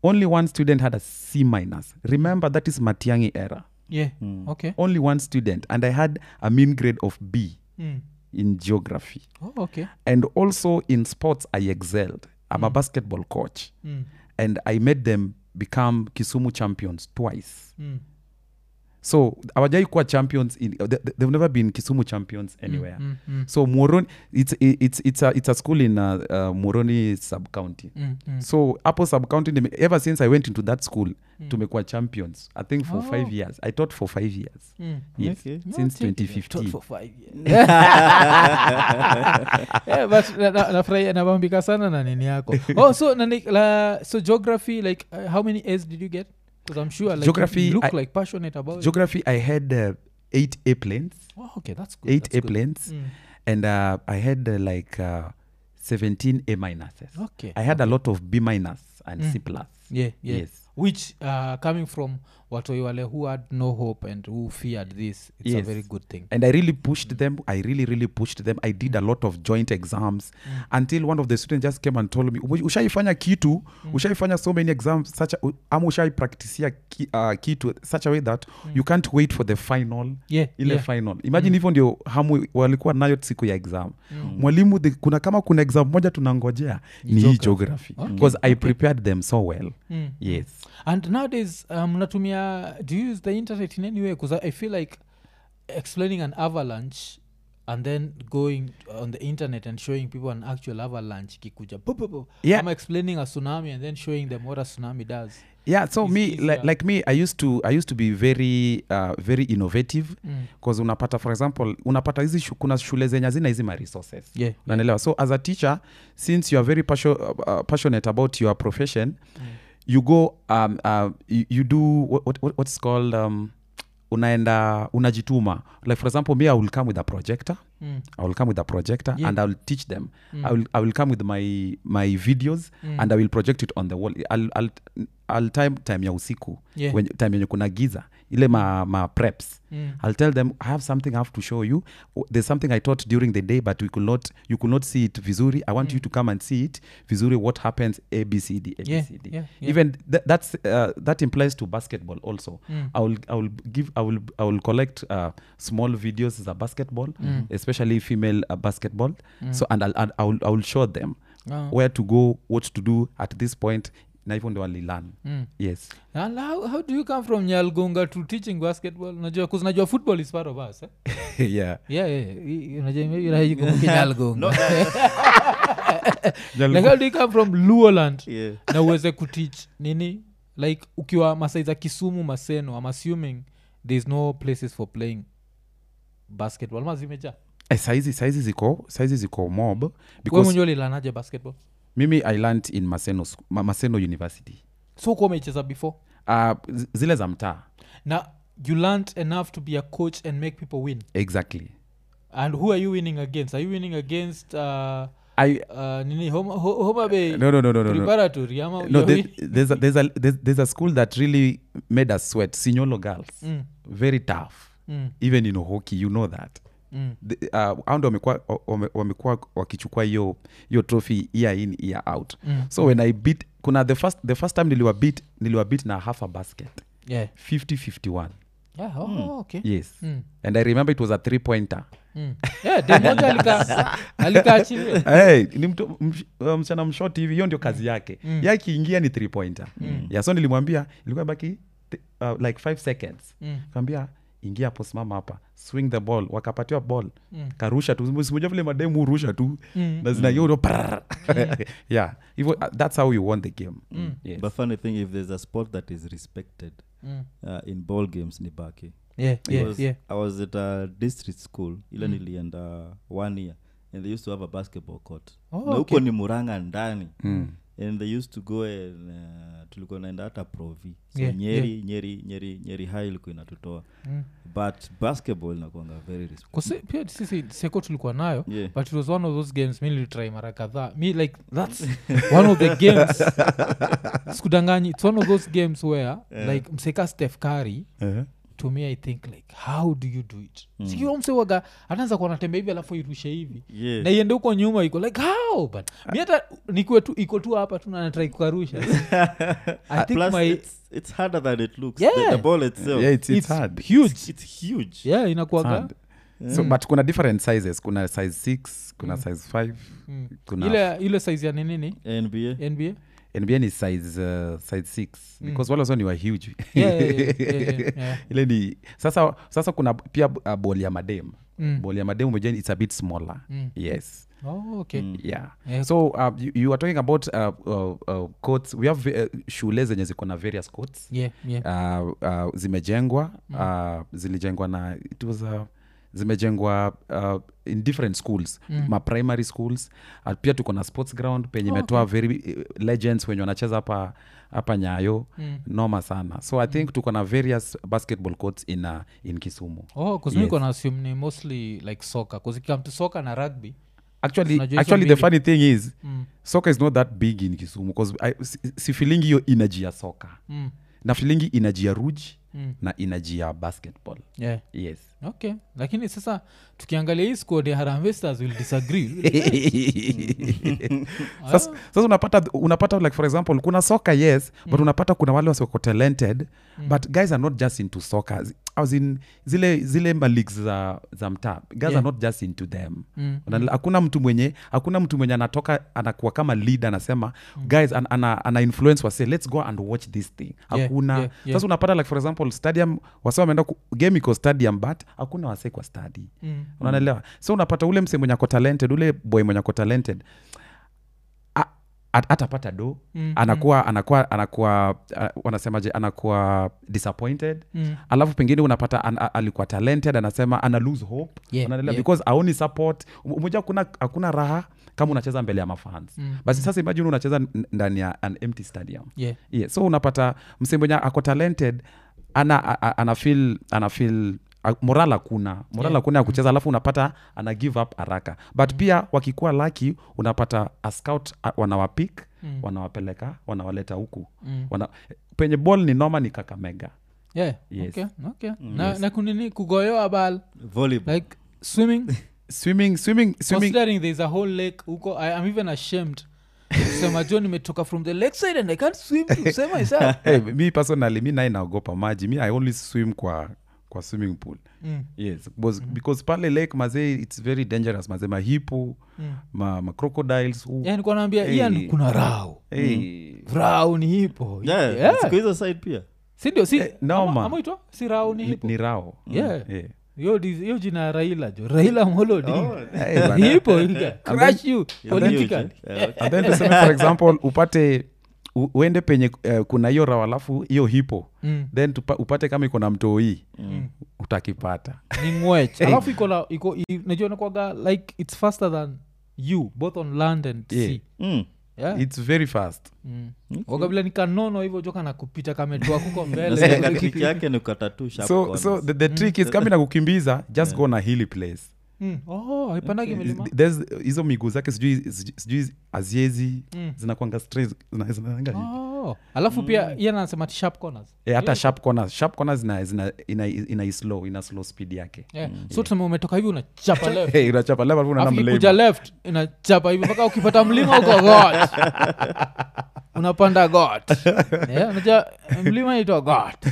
only one student had a c minus remember that is matiangi era
yeah
Mm.
okay
only one student and i had a mean grade of b
Mm.
in geography
oh, okay
and also in sports i excelled i'm a basketball coach
Mm.
and i made them become kisumu champions twice
Mm.
so awajai kuwa champions in, they, they've never been kisumu champions anywhere
Mm, mm,
so moroni it's, it's, it's, a, it's a school in uh, uh, moroni sub county
mm, mm.
so hapo sub county nime- ever since i went into that school
Mm.
tumekuwa champions i think for oh. five years i taught for five years
Mm.
yes.
Okay.
since
Taught
2015
for five years. Yeah, but Eh, na- na- nafurahia nabambika sana na nini yako oh, so, nani, la, so geography like uh, how many A's did you get because i'm sure like,
Geography,
you look
I-
like passionate about it
geography i had uh, eight airplanes
oh, okay that's good
eight
that's good.
airplanes
Mm.
and uh, i had uh, like uh, 17 a minuses
okay Mm.
i had a lot of b minus and c plus
yeah, yeah.
yes
which uh, coming from watoi wale who had no hope and who feared this it's a
Yes.
very good thing
and i really pushed
Mm.
them i really really pushed them i did a lot of joint exams
Mm.
until one of the students just came and told me "Ume- ushaifanya kitu
Mm.
ushaifanya so many exams such a, ama ushaipractisia ki, uh, kitu such a way that
Mm.
you can't wait for the final
yeah,
ile
yeah. Mm.
final imagine hivyo ndio hamu walikuwa nayo siku ya exam mwalimu the, kuna kama kuna exam moja tunangojea ni hii geography because i prepared them so well
Mm.
yes
and nowadays um, natumia do you use the internet in any way because I, i feel like explaining an avalanche and then going on the internet and showing people an actual avalanche kikuja pop, pop, pop.
Yeah.
i'm explaining a tsunami and then showing them what a tsunami does
yeah so
It's
me
easier.
like, like me i used to i used to be very uh, very innovative
Mm.
because unapata for example unapata hizi shu, kuna shule zenye hazina hizi ma resources
Yeah, yeah.
unanielewa so as a teacher since you are very passio, uh, passionate about your profession mm. you go um, uh, you, you do what, what, what- what's called um, unaenda unajituma like for example me i will come with a projector
Mm.
I will come with a projector
Yeah. Mm.
and I will teach them. I will I will come with my my videos and I will project it on the wall. I'll I'll, I'll time time ya usiku
Yeah.
when, time yenye kuna giza ile ma, ma preps.
Mm.
I'll tell them I have something I have to show you. O- There's something I taught during the day but we could not you could not see it vizuri. I
Mm.
want you to come and see it vizuri what happens A B C D A
Yeah,
B C D.
yeah, yeah.
Even th- that's uh, that implies to basketball also.
Mm.
I will I will give I will I will collect uh, small videos as a basketball,
Mm.
especially female uh, basketball. So and I'll, and I will I will show them
Ah.
where to go, what to do at this point. Na hivyo ndio walilearn.
Mm.
Yes.
And how, how do you come from nyalgonga to teaching basketball najua 'cause najua football is part of us eh?
yeah.
yeah, yeah. I- unajua maybe unahiji kumbuka nyalgonga like how do you come from luoland
Yeah.
na uweze kuteach nini like ukiwa masai za kisumu maseno am assuming thereis no places for playing basketball ma zimeja
Eh, saizi saizi ziko saizi ziko mob
we
because
mwenye ulilanaje basketball
mimi I learned in Maseno sc- Ma- Maseno University.
so kuwa umeicheza before
Uh, z- zile za mtaa.
na you learnt enough to be a coach and make people win
Exactly.
and who are you winning against are you winning against uh,
I
uh, nini homa, ho, homa bay
no no no no no. no.
preparatory ama
no
you're
there,
win-
there's, a, there's, a, there's, there's a school that really made us sweat sinyolo girls
Mm.
very tough
Mm.
even in hockey you know that
Mm.
The- uh, hao ndo wamekuwa wame- wamekuwa wakichukua hiyo hiyo trophy year in year out
Mm.
so when i beat kuna the first, the first time niliwa beat niliwa beat na half a basket
yeah.
5051
yeah, oh, okay
yes
Mm.
and i remember it was a three pointer
Mm. yeah, demoja alika alika chini
hey, ni mtu, msh, uh, msichana mshoti hivi hiyo ndio kazi yake mm. ye akiingia ni three pointer mm. ya so nilimwambia ilikuwa baki th- uh, like five seconds
Mm.
kaambia ingia hapo simama hapa swing the ball wakapatiwa ball karusha tu simuja vile mademu hurusha tu
Mm.
na zinaiodo yeah hivyo uh, that's how you won the game Mm. yes.
but funny thing if there's a sport that is respected
Mm.
uh, in ball games ni baki
yeah, yeah,
Because
yeah. Mm.
i was at a district school ile nilienda one year and they used to have a basketball court
Oh,
na huko
okay.
ni muranga ndani
Mm.
and they used to go and uh, tulikuwa naenda hata provi so
Yeah,
nyeri nyeri nyeri nyeri high ilikuwa inatutoa
Mm.
but basketball inakuanga very respect-
Kusi- pia sisi seko tulikuwa nayo
Yeah.
but it was one of those games mi nilitry mara kadhaa mi like thats one of the games sikudanganyi its one of those games where like mseka steph kari to me i think like how do you do it mm. sikiwa msewaga anaanza kuwa natembea hivi alafu irushe hivi
Yeah.
na iende huko nyuma iko like how but mi hata nikuwe tu iko tu hapa tu nanatrai kukarusha i think
Plus,
my
it's, it's harder than it looks.
Yeah.
The, the ball itself.
yeah, it's, it's,
it's
hard.
huge
It's, it's huge.
yeah
It's
inakuaga
hard. So, but kuna different sizes kuna size 6 kuna size 5 kuna
ile ile size ya ninini
NBA.
nba
nba ni size uh, size 6 because wale wazoni wa huge
Mm. Yeah, yeah, yeah, yeah, yeah, yeah.
ile ni sasa sasa kuna pia uh, bol ya madem mm. bol ya madem umejua it's a bit smaller mm. yes
oh, okay
yeah
Yeah.
so uh, you, you are talking about uh, uh, uh, coats we have uh, shule zenye ziko na various coats
yeah, yeah.
uh, uh, zimejengwa uh, zilijengwa na it was a, zimejengwa uh, in different schools mm. ma primary schools uh, pia tuko na sports ground penye imetoa oh, okay. very uh, legends wenye wanacheza hapa hapa nyayo mm. noma sana so i think tuko na various basketball courts in, uh, in kisumu
oh kuzimiko na assume ni mostly like soccer kuzikamtu soccer na rugby
actually,
Unajua hizo
actually the
mbili.
funny thing is mm. soccer is not that big in kisumu bcause sifilingi hiyo energy ya soccer mm. nafilingi energy ya ruj mm. na energy ya basketball
yeah
yes
okay lakini sasa tukiangalia hii squad ya Harambee stars will disagree Really?
sasa sasa unapata unapata like for example kuna soccer yes
Mm.
but unapata kuna wale wasioko talented but guys are not just into soccer Zi- as in zile zile maleagues za za mtaa guys
Yeah.
are not just into them
Mm.
Unaelewa? hakuna mtu mwenye hakuna mtu mwenye anatoka anakuwa kama leader anasema
Mm.
guys an, ana, ana influence wase let's go and watch this thing
Yeah,
hakuna
yeah, yeah.
sasa unapata like for example stadium wase wameenda ku- game iko stadium but hakuna wase kwa study mm. unaelewa so unapata ule mse mwenye ako talented ule boy mwenye ako talented a- at- atapata do mm, anakuwa anakuwa anakuwa uh, wanasemaje anakuwa disappointed mm. alafu pengine unapata an, a, alikuwa talented anasema ana lose hope
Yeah,
Unaelewa?
yeah.
because aoni support umoja hakuna hakuna raha kama unacheza mbele ya mafans mm, basi sasa imagine unacheza n- ndani ya an empty stadium
yeah
yeah. so unapata msemwenye ako talented ana a- a- ana feel ana feel a- moral hakuna moral
Yeah.
hakuna ya kucheza alafu unapata ana give up haraka but pia wakikuwa laki unapata a scout a- wanawapik mm. wanawapeleka wanawaleta huku mm. Wana, penye ball ni noma ni kakamega
yeah
Yes.
okay okay na, na kunini kugoyoa bal
Volleyball.
like swimming
swimming swimming swimming
considering there's a whole lake huko I, i'm even ashamed kusema jo nimetoka from the lake side and i can't swim to save myself
hey, mi personally mi naye naogopa maji mi i only swim kwa kwa swimming pool
Mm.
yes because, because pale lake mazee its very dangerous mazee mahipo mm. ma, ma crocodiles who,
yani kwa naambia
Hey.
ian kuna rau
hey,
Mm. rau ni hipo
Yeah.
Yeah.
Siku hizo side pia.
sindio si
Eh, noma.
ama- ama itwa? si rau ni
ni,
hipo
ni rao
Yeah.
Eh.
Yo dis- yo jina ya raila jo raila molodi
Oh.
Eh, bana.
hipo crash you
It's
politically
huge, eh? Yeah,
And then tuseme for example upate u- uende penye eh, kuna hiyo rawa alafu hiyo hipo
Mm.
then tupa, upate kama iko na mtoii mm. utakipata
eh?
ni ngwech alafu iko la- iko i- najua nakwaga like its faster than you both on land and
Yeah.
sea
Mm.
yeah.
its very fast
mm. waga vile nikanono hivyo joka na kupita kametua kuko
Na sasa
mbele
katriki yake ni kukata tu sharp
so,
corners.
so the, the trick is kama inakukimbiza just go na hilly place
Mm. Oh, haipandagi milima
There's- hizo miguu zake sijui sijui- sijui aziezi zinakwanga straight, zina- zinaenda hivi.
Mm. Oh. alafu
Mm.
pia ian anasema ati sharp corners
Eh, hata sharp corners sharp corners zina, zina, ina, ina slow ina slow speed yake
yeah. so tuseme umetoka hivi unachapa left
Hey, unachapa left alafu unaona
Alafu
mlima.
ikikuja left inachapa hivi mpaka ukipata mlima uko got unapanda got yeah, unajua mlima inaitwa got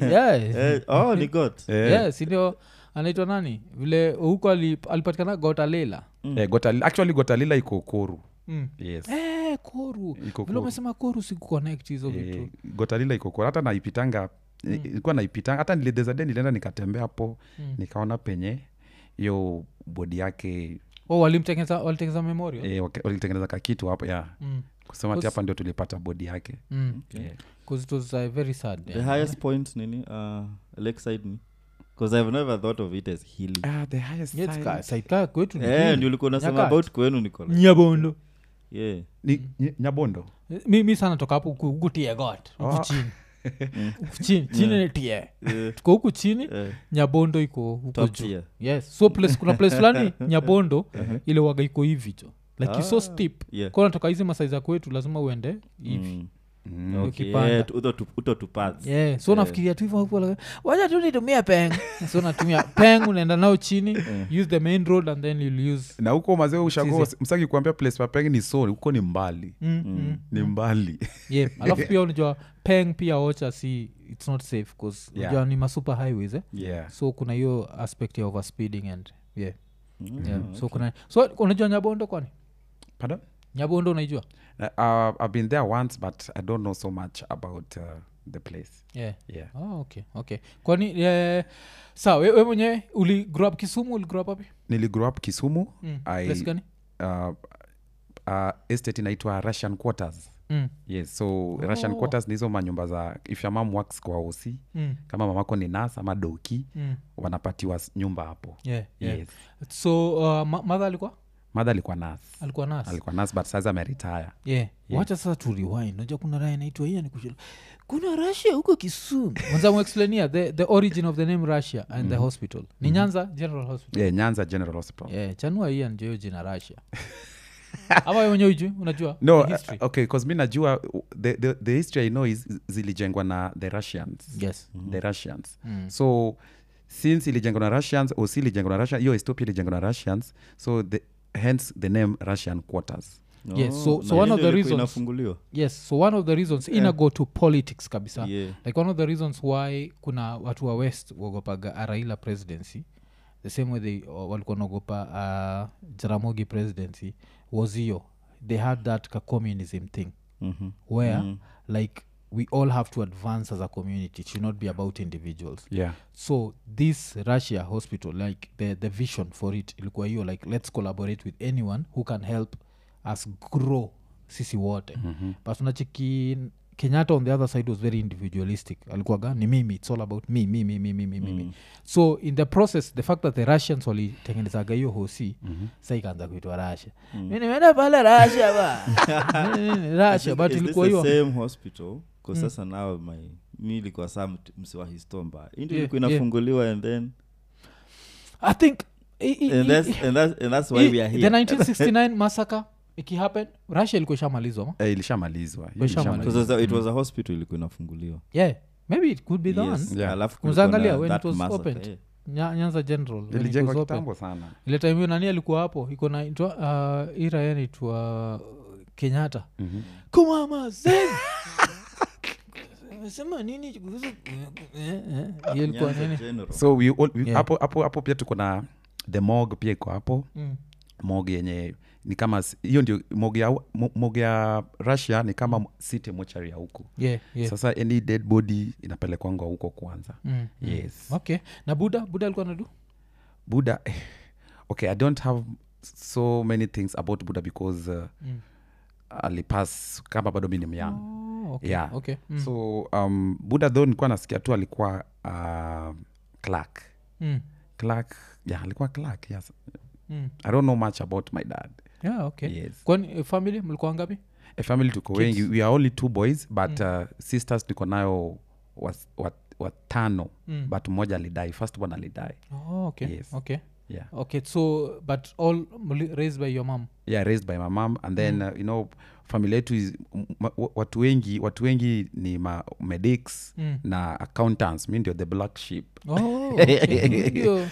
yeah.
Eh, oh, ni got.
yeah, sindio anaitwa nani vile huko ali- alipatikana gotalela
Eh, Gota- actually gotalila iko koru
Mm.
yes
Eh, koru
Iko
vile
Koru.
umesema koru sikuconnect hizo
Eh,
vitu
gotalila iko koru hata naipitanga
Mm.
eh, ilikuwa naipitanga hata nilidezade nilienda nikatembea hapo
Mm.
nikaona penye hiyo bodi yake
oh, walimtengeza walitengeza memorial
eh, wake- walitengeneza kakitu hapo ya kusema ti hapa ndio tulipata bodi yake
Mm.
Yeah.
'Cause it was uh, very sad
The highest point nini? Uh, lakeside ni. Because I've never thought of it as hilly.
Ah, the highest
Yeah, it's
sign.
ka- side ka kwetu
Mm-hmm.
ni
Eh,
hili.
ndio ulikuwa unasema
Nyakati.
about kwenu Nicola.
nyabondo
Mm.
Yeah.
Ni-
Mm.
Ny- nyabondo
Eh, mi mi sana toka hapo huku- huku tie got huku
Ah.
chini Huku chini chini ni tie
Eh,
tuko huku chini
eh,
nyabondo iko huko
Top
juu
tier.
yes so place kuna place fulani nyabondo ile waga iko hivi jo like ah, so steep
yeah.
Kwa unatoka hizi masaiza kwetu lazima uende hivi
Mm. Okay,
Ukipanda.
eh, tu- uto tu- uto tu paths.
yeah. so nafikiria tu hivyo kwa- wacha tu nitumia peng so natumia peng unaenda nao chini use the main road and then you'll use
na huko mazee ushago
Chizi.
msaki kuambia place papenge ni sori huko ni mbali
mm, mm.
ni mbali
yeah alafu pia unajua peng pia ocha si its not safe bcause
Yeah.
unajua ni masuper highways eh?
yeah.
so kuna hiyo aspect ya overspeeding and yeah,
Mm-hmm.
Mm,
yeah. so kuna so unajua nyabondo kwani
Pardon?
nyabondo unaijua
Uh, uh, i've been there once but i don't know so much about uh, the place
yeah
yeah
oh, okay okay kwani eh, sawa we, we mwenyewe uli grow up kisumu uli grow up wapi
nili grow up kisumu
Mm,
I-
place gani
uh, uh, estate inaitwa russian quarters
Mm,
yes so russian quarters ni hizo manyumba za if your mom works kwa osi
Oh. mm,
kama mamako ni nas ama doki
mm.
wanapatiwa s- nyumba hapo
yeah, yeah.
yes
so uh, ma- mother alikuwa
madha alikuwa nas
alikuwa nas
alikuwa nas but sasa ameritaya
yeah. wacha sasa turiwin naja kuna raya naitwa hiyo nikushula kuna russia huko kisumu wanzamexplania the, the origin of the name russia and
Mm-hmm.
the hospital ni nyanza general hospital
yeah, nyanza general hospital
yeah, chanua hiyo ndio jina russia ama wewe mwenyewe ujui unajua
no
The
uh,
history?
okay cause mi najua uh, the, the, the history i know is zilijengwa na the russians
yes
the russians so since ilijengwa na russians osi ilijengwa na russia hiyo estopia ilijengwa na russians so the, hence the name russian quarters
No,
Yes, so-
na
so
hiyo
one of
ndio
the
ilikuwa
reasons-
inafunguliwa
yes so one of the reasons ina go to politics kabisa
Yeah.
like one of the reasons why kuna watu wa west waogopaga araila presidency the same way they uh, walikuwa naogopa uh, jaramogi presidency was hiyo they had that ka communism thing
Mm-hmm.
Mhm.
where like we all have to advance as a community it should not be about individuals
yeah
so this russia hospital like the, the vision for it ilikuwa hiyo like let's collaborate with anyone who can help us grow sisi wote
Mhm.
mm-hmm. but unachiki kenyatta on the other side was very individualistic alikuwaga ni mimi it's all about me me me me me me mm. me so in the process the fact that the russians walitengenezaga hiyo hosi
Mhm.
mm-hmm. sa ikaanza kuitwa russia mm. mi nimeenda pale russia ba Nini, nini, russia Ah, but
Is this
ilikuwa
the
hiyo Mm.
same hospital 'Cause sasa nao my mi ilikuwa saa mt- msi wa histomba indi
Yeah,
ilikuwa
yeah.
inafunguliwa and then
i think i- i- i-
and that's, and that's, and that's why we are
Eh, the
here
1969 massacre ikihappen russia ilikuwa ishamalizwa ma
eh, ilishamalizwa Hiyo
Ilishamalizwa.
ilishamalizwa.
'Cause it was a- it was a hospital ilikuwa inafunguliwa
yeah maybe it could be the
Yes,
one
Yeah.
alafu kulikuwa
Unaangalia
na
when
that
it was
massacre,
opened.
eh.
Nya- nyanza general when it
ilijengwa
was open.
kitambo sana
ile time hiyo nani alikuwa hapo iko na itwa uh, ira yeye anaitwa uh, kenyatta
Mhm.
mm-hmm. sema nini kuhusu- eh, eh, hiyo ilikuwa
Nyanza
nini
General.
so we all, we,
Yeah.
hapo, hapo, hapo pia tuko na the mog pia iko hapo
Mm.
mog yenye ni kama s- hiyo ndio mog ya, mo- mog ya russia ni kama city mochari ya huku
yeah, Mm. yeah.
sasa any dead body inapelekwangwa huko kwanza
Mm.
yes
okay na buda buda alikuwa nadu
buddha okay i don't have so many things about buddha because uh, mm. alipas kama bado mi ni myang
oh, okay.
yeah.
okay. Mm.
so um, buddha though nilikuwa nasikia tu alikuwa uh, clark
Mm.
clark yeah, alikuwa clark yes.
Mm.
i don't know much about my dad
yeah okay
Yes.
kwani eh, family mlikuwa ngapi
a family tuko wengi we are only two boys but mm. uh, sisters niko nayo was- wat- watano mm. but mmoja alidai first one alidai
oh, okay
Yes.
okay
yeah
okay so but all mli- raised by your mom
yeah raised by my mom and then mm. uh, you know familia yetu is, m- m- watu wengi watu wengi ni ma medics
Mm.
na accountants mi ndio the black sheep
oh, okay. Ndio.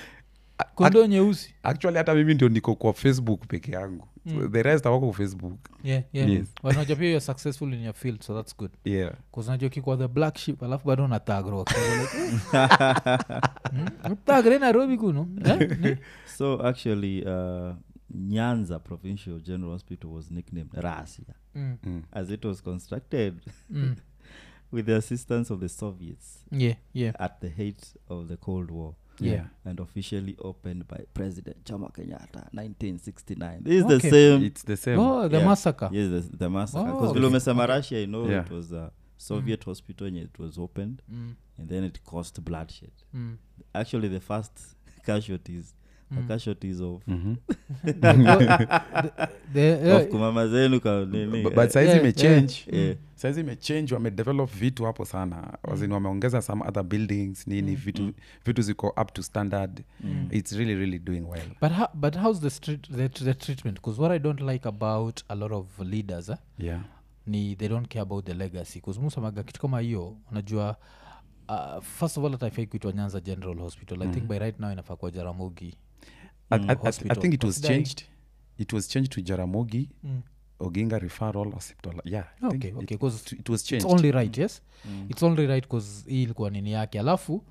kondoo nyeusi
actually hata mimi ndio niko kwa facebook peke yangu mm. the rest awako facebook
yeah, yeah.
Yes.
But unajua pia you're successful in your field so that's good
yeah
kuzinajua kikwa the black ship alafu bado natagre Hmm? nairobi kuno Eh? Ni?
so actually uh, nyanza provincial general hospital was nicknamed russia
Mm,
as it was constructed
mm.
with the assistance of the soviets
Yeah, yeah.
at the height of the cold war
Yeah.
and officially opened by president chama kenyatta 1969 this is the
Okay.
same
it's the same
Oh, the
Yeah.
massacre.
yes the, the massacre
Oh,
because
okay.
vile umesema russia you know
Yeah.
it was a soviet hospital and it was opened
Mm,
and then it caused bloodshed
mm.
actually the first casualties the casualties of
Mhm.
The-
of
eh,
kumama zenu ka nini
Bu-
eh,
but saizi
yeah, Mm.
imechange
yeah.
saizi imechange wamedevelop vitu hapo sana wazini wameongeza some other buildings
Mm.
nini vitu, vitu ziko up to standard it's really really doing well
but, how, but how's the, street, the, the treatment because what i don't like about a lot of leaders eh?
yeah
ni ni they don't care about the legacy kusmusemaga kitu kama hiyo unajua uh, first of all ataifai kuitwa nyanza general hospital i think by right now inafaa kuwa jaramogi
Mm-hmm. I, I, I, I
hospital.
think it was
Considering-
changed it was changed to jaramogi mm. oginga referral hospital yeah I think
Okay,
it-
okay, 'cause
it, it was
it's
changed Mm.
only right yes it's only right bcause hii ilikuwa nini yake alafu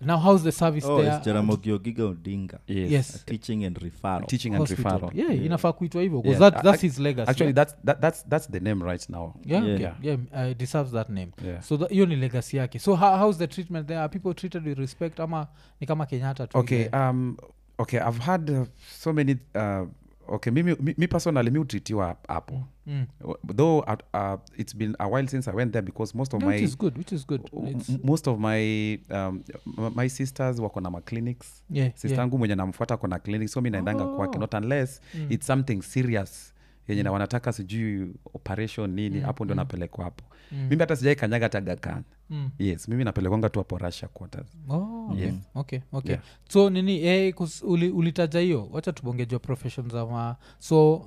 now how's the service
oh,
there
it's Jaramogi Oginga Odinga.
yes,
yes
Teaching and referral.
teaching and
hospital.
referral
yeah, inafaa kuitwa hivyo 'cause
Yeah.
that, that's
Ac-
his legacy
actually that's, that, that's, that's the name right now
yeah,
Yeah.
yeah. Okay. yeah uh, it deserves that name
Yeah.
so tha- hiyo ni legacy yake so how, how's the treatment there are people treated with respect ama ni kama kenyatta tu
okay
ile-
um okay i've had uh, so many uh, okay mimi mi, mi personally mi utritiwa hapo
Mm.
W- though at, uh, it's been a while since i went there because most of
No,
my
which is good which is good
m-
It's-
m- most of my um, m- my sisters wako na maclinics
Yeah, yeah.
sistangu mwenye namfuata kona clinic so mi naendanga oh. kwake not unless mm. it's something serious
Mm.
yenye na wanataka sijui operation nini hapo ndio napelekwa hapo mimi hata sijai kanyaga tagakan
Mm.
yes mimi napelekwanga tu hapo russia quarters
Oh, okay.
Yes.
okay, okay.
Yeah.
so nini eh, kus- uli, ulitaja hiyo wacha tubongejwa professions ama so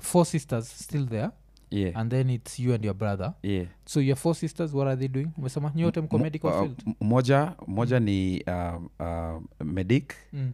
four sisters still there
yeah.
and then it's you and your brother
yeah.
so your four sisters what are they doing umesema nyote mko
Mo-
medical
uh,
field
m- moja moja ni uh, uh, medic
mm.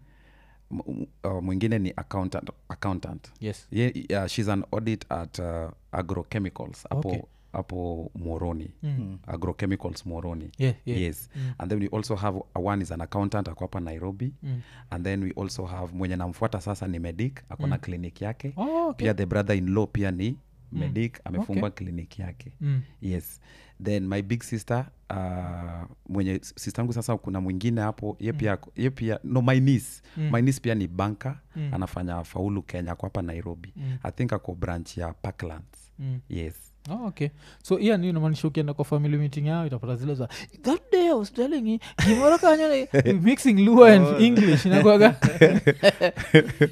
m- m- uh, mwingine ni accountant, accountant.
yes
Ye, uh, she's an audit at uh, agrochemicals hapo
Okay.
hapo moroni
Mm.
agrochemicals moroni
Yeah, yeah.
yes and then we also have uh, one is an accountant ako hapa nairobi
Mm.
and then we also have mwenye namfuata sasa ni medic ako na clinic yake
Oh, Mm. okay.
pia the brother in law pia ni medic amefungwa clinic yake
Mm.
yes then my big sister uh, mwenye sistangu sasa kuna mwingine hapo ye pia, ako- ye pia no my niece mm. my niece pia ni banka mm. anafanya faulu kenya ako hapa nairobi mm. i think ako branch ya parklands
Mm.
yes
Oh, okay so iya ni namaanisha ukienda kwa family meeting yao itapata zile za that day I was telling you, Kimora Kanyole, mixing lua and
Oh.
english inakuwaga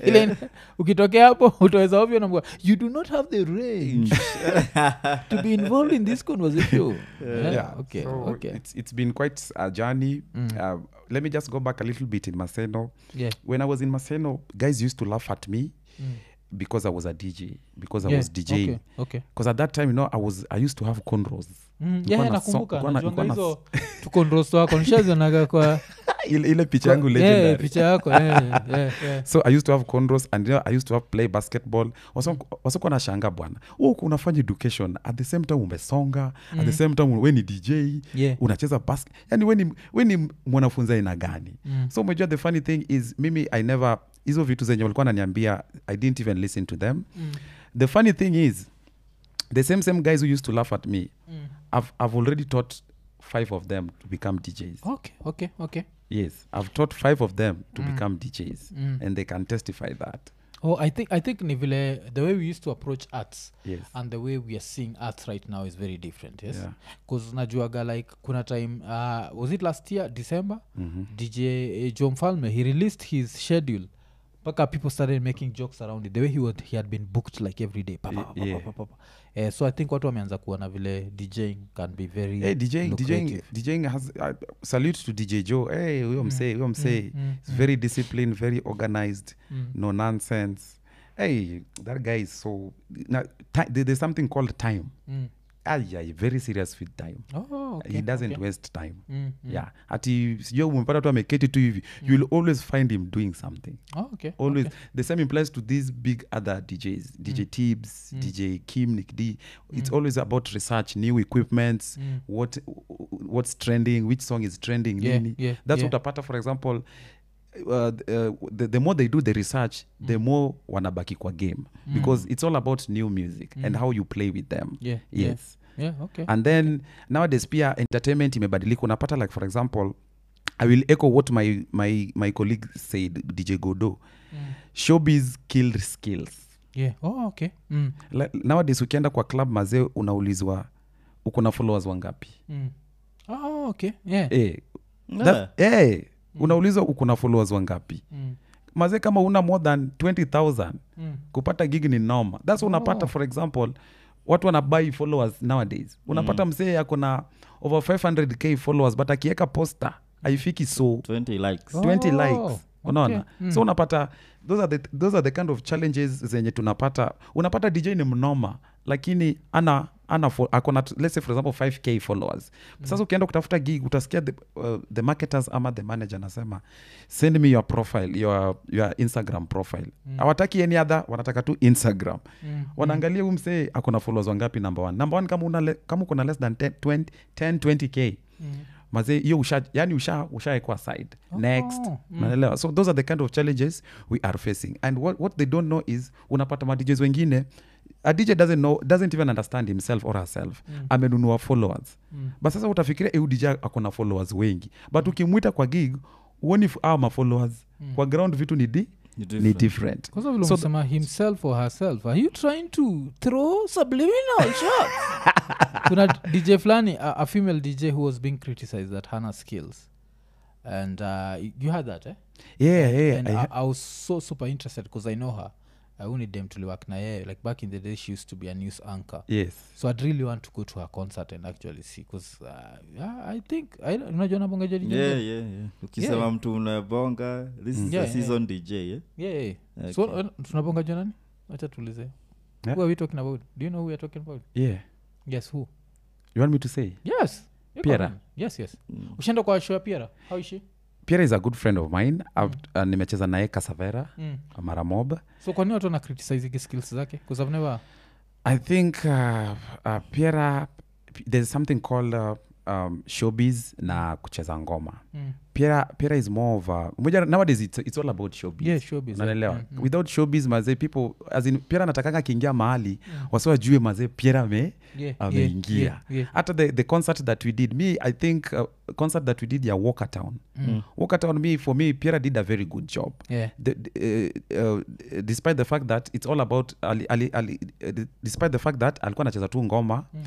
ile ukitokea hapo utaweza ovyo namwa you do not have the range to be involved in this conversation yeah, okay,
so
okay.
It's, it's been quite a journey mm. uh, let me just go back a little bit in maseno
Yeah.
when i was in maseno guys used to laugh at me mm. because i was a dj because i
Yeah,
was djing
okay, okay.
because at that time you know i was i used to have conros
Mm,
Nilikuwa
yeah,
na so-
nakumbuka
nilikuwa na-
najuanga
nilikuwa na-
hizo tukondrosto wako nishazionaga kwa
ile, ile picha yangu legendary
yeah, picha yako yeah, yeah, yeah.
so i used to have conros and you know, i used to have play basketball wasokuwa na shanga bwana huku unafanya education at the same time umesonga mm. at the same time we ni dj
Yeah.
unacheza basket yani we ni, we ni mwanafunzi aina gani mm. so umejua the funny thing is mimi i never hizo vitu zenye walikuwa naniambia i didn't even listen to them mm. the funny thing is the same same guys who used to laugh at me mm. I've, i've already taught five of them to become djs
okay okay okay
Yes, I've taught five of them to
Mm.
become DJs, and they can testify that.
Oh, I think I think ni vile the way we used to approach arts
Yes.
and the way we are seeing arts right now is very different yes
Yeah.
because najuaga like kuna time uh, was it last year december
Mm-hmm.
dj eh, jo mfalme he released his schedule mpaka people started making jokes around it the way he, was, he had been booked like every day pa, pa, pa, pa,
yeah.
pa, pa, pa. Eh, so i think watu wameanza kuona vile djing can be very
Hey, DJing, DJing,
lucrative.
DJing has uh, salute to DJ Joe. Hey,
Mm.
we msee, we msee. It's very disciplined, very organized,
Mm.
no nonsense. Hey, that guy is so. Now, ti- there- there's something called time. Ay, ay, very serious with time.
Mm. oh, okay. Mm,
he doesn't waste time yeah ati sijua umepata tu ameketi tu hivi you will always find him doing something
oh, okay Mm.
always the same implies to these big other djs dj tibs dj kim nick d it's always about research new equipments what what's trending which song is trending
Mm. Yeah,
nini
yeah,
that's
yeah.
what apata for example Uh, uh, the, the more they do the research
Mm.
the more wanabaki kwa game because it's all about new music and how you play with them
Mm. Yeah,
yes
yeah. yeah okay
and then nowadays pia entertainment imebadilika unapata like for example i will echo what my, my, my colleague said dj godo mm. showbiz killed skills
yeah oh, okay mm.
like, nowadays ukienda kwa club mazee unaulizwa uko na followers wangapi
Mm. Oh, okay yeah
eh,
Ah.
that, eh, unaulizwa uko na followers wangapi
Mm.
mazee kama una more than 20000
Mm.
kupata gig ni noma thats oh. unapata for example watu wanabai followers nowadays unapata mm. msee ako na over 500k followers but akiweka poster haifiki so
20 likes.
20
Oh,
likes unaona so unapata those are, the, those are the kind of challenges zenye tunapata unapata dj ni mnoma lakini ana ana fo- ako na t- let's say for example 5k followers sasa ukienda kutafuta gig utasikia the, uh, the marketers ama the manager anasema send me your profile your, your instagram profile hawataki any other wanataka tu instagram wanaangalia huu msee ako na followers wangapi number one number one kama, una le, kama uko na less than 10 20, 10 20k mazee hiyo usha yani usha ushaekwa side next Mm. unaelewa so those are the kind of challenges we are facing and what, what they don't know is unapata madjs wengine a dj doesn't know doesn't even understand himself or herself
Mm.
amenunua followers but sasa utafikiria eh, eu dj ako na followers wengi but
Mm.
ukimwita kwa gig huoni f- hawa mafollowers kwa ground vitu ni di
Ni
ni
different.
different
kwanza vile
So
umesema himself or herself are you trying to throw subliminal shots kuna dj fulani a, a female dj who was being criticized that hana skills and uh, you had that eh?
yeah, yeah,
and uh,
I-
I, I was so super interested because i know her i only dem tuliwak na yeye like back in the day she used to be a news anchor
yes
so i'd really want to go to her concert and actually see because uh, yeah, i think I- unajua nabongeja DJ?
Yeah, yeah, yeah. ukisema
Yeah. Mm.
mtu unabonga this is
Yeah,
a
yeah.
season dj eh?
yeah, yeah.
Okay.
so uh, tunabonga jua nani wacha tuulize
Yeah.
who are we talking about do you know who we are talking about
yeah
yes who
you want me to say
yes Yuko
Piera.
nani? yes yes
Mm.
ushaenda kwa show ya piera how is she
pierre is a good friend of mine I've- uh, nimecheza naye kasavera
mm.
maramob
so kwa nini watu wana criticizing skills zake because i've never
I think uh, uh, Piera, there's something called uh, um, showbiz na kucheza ngoma.
Mm.
Piera, Piera is more of a, moja- nowadays it's, it's all about showbiz.
Yeah, showbiz, yeah.
Unanielewa?
Mm, mm.
Without showbiz mazee people as in Piera anatakanga akiingia mahali wasiwajue mazee Piera me
Yeah,
ameingia.
yeah, yeah, yeah.
Hata the, the concert that we did me I think uh, concert that we did ya Walker Town. Mm. Walker Town me for me Piera did a very good job
yeah
the, uh, uh, despite the fact that it's all about ali, ali, ali, uh, despite the fact that alikuwa anacheza tu ngoma mm.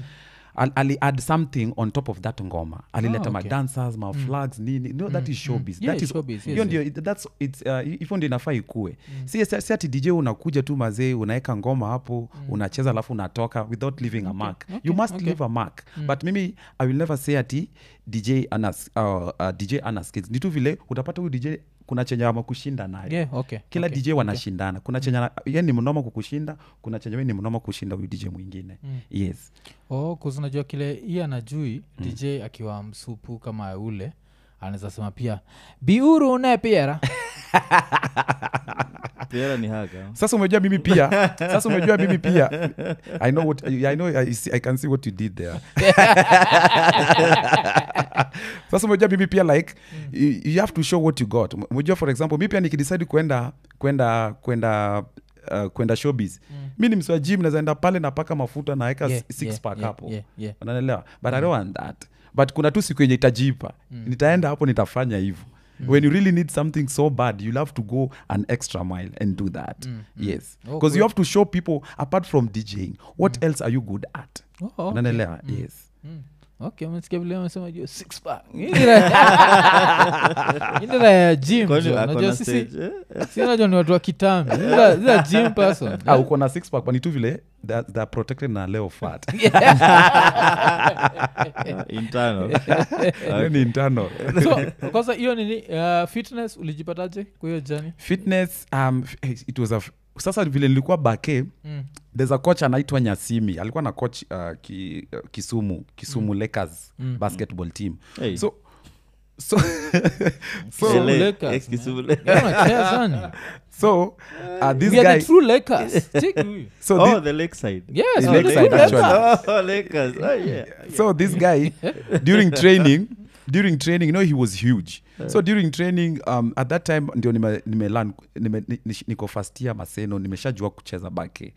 Al, ali add something on top of that ngoma alileta
Ah,
ah,
okay. Mm.
okay. madancers ma flags nini no that is showbiz
Yeah,
that is
showbiz, yes, Mm.
hiyo ndio that's it's uh, hivyo ndio inafaa ikue si si si ati dj unakuja tu mazee unaweka ngoma hapo
Mm.
unacheza alafu unatoka without leaving a mark you must leave a mark
Mm.
but mimi i will never say ati dj ana uh, uh, dj ana skills ni tu vile utapata huyu dj kuna chenye amekushinda nayo
yeah okay
kila
okay. Mm.
dj wanashindana kuna chenye ye ni mnoma kukushinda kuna chenye we ni mnoma kushinda huyu dj mwingine
Mm.
yes
oh cause unajua kile hii anajui
Mm.
dj akiwa msupu kama ule anaweza sema pia biuru unaye piera Ah.
Piera ni haka
sasa umejua mimi pia sasa umejua mimi pia i know what i know I, see, i can see what you did there sasa umejua mimi pia like you, you have to show what you got umejua for example mi pia nikidecide kwenda kwenda kwenda uh, kwenda showbiz mi ni msiwa gym nazaenda pale napaka mafuta naeka
Mm. Yeah,
yeah, six
yeah,
yeah, pack
yeah,
hapo
yeah, yeah.
unanelewa but
Mm.
i don't want that but kuna tu siku yenye itajipa nitaenda hapo nitafanya hivyo
Mm.
when you really need something so bad you'll have to go an extra mile and do that yes
Oh, Mm.
because you have to show people apart from djing what else are you good at
Oh, okay.
unanelewa yes
Mm. okay umesikia vile amesema juu six pack Hii ni raha- hii ni raha ya gym
Kwani
jo.
ako
Unajua
na
sisi-
stage, eh?
si unajua ni watu wa kitambi These are- these are gym person
ah, uko na six pack but ni tu vile that- that protected na leo fat
Ah, internal.
Hiyo ni internal
so kwanza hiyo nini uh, fitness ulijipataje kwa hiyo jani
fitness um, f- it was a f- sasa vile nilikuwa bake
Mm.
there's a coach anaitwa nyasimi alikuwa na coach uh, ki, uh, kisumu kisumu
Mm.
lakers basketball team
Hey.
so so so,
Kisumu
Ele-
Lakers,
ex-
man.
Kisumu
Wewe
Lakers.
unacheza nani?
so uh, this
We are
guy
the true Lakers. Check huyu.
so
Oh,
this,
the lakeside.
Yes,
He
we are the
looks
true
like
Lakers.
actually.
Oh, Lakers. Oh, yeah.
so this guy during training during training you know he was huge so during training um, at that time ndio nime, nime learn, nime, ni- ni- niko first year maseno nimeshajua kucheza bake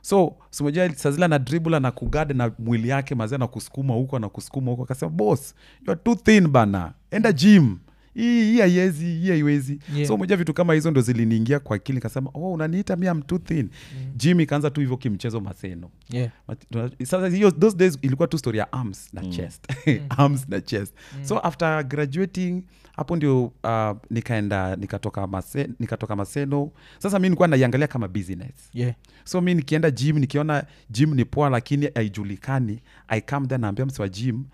so simejua sazila na dribble na kugade na mwili yake mazee na kusukuma huko na kusukuma huko akasema boss you are too thin bana enda gym hii hii haiwezi hii haiwezi
Yeah.
so moja vitu kama hizo ndo ziliniingia kwa akili nikasema oh unaniita mi am too thin gym ikaanza tu hivyo kimchezo maseno
Yeah.
But tuna- sasa hiyo those days ilikuwa tu story ya arms na chest arms na chest so after graduating hapo ndio uh, nikaenda nikatoka, mase, nikatoka maseno sasa mi nilikuwa naiangalia kama business
Yeah.
so mi nikienda gym nikiona gym ni poa lakini haijulikani i come there naambia msi wa gym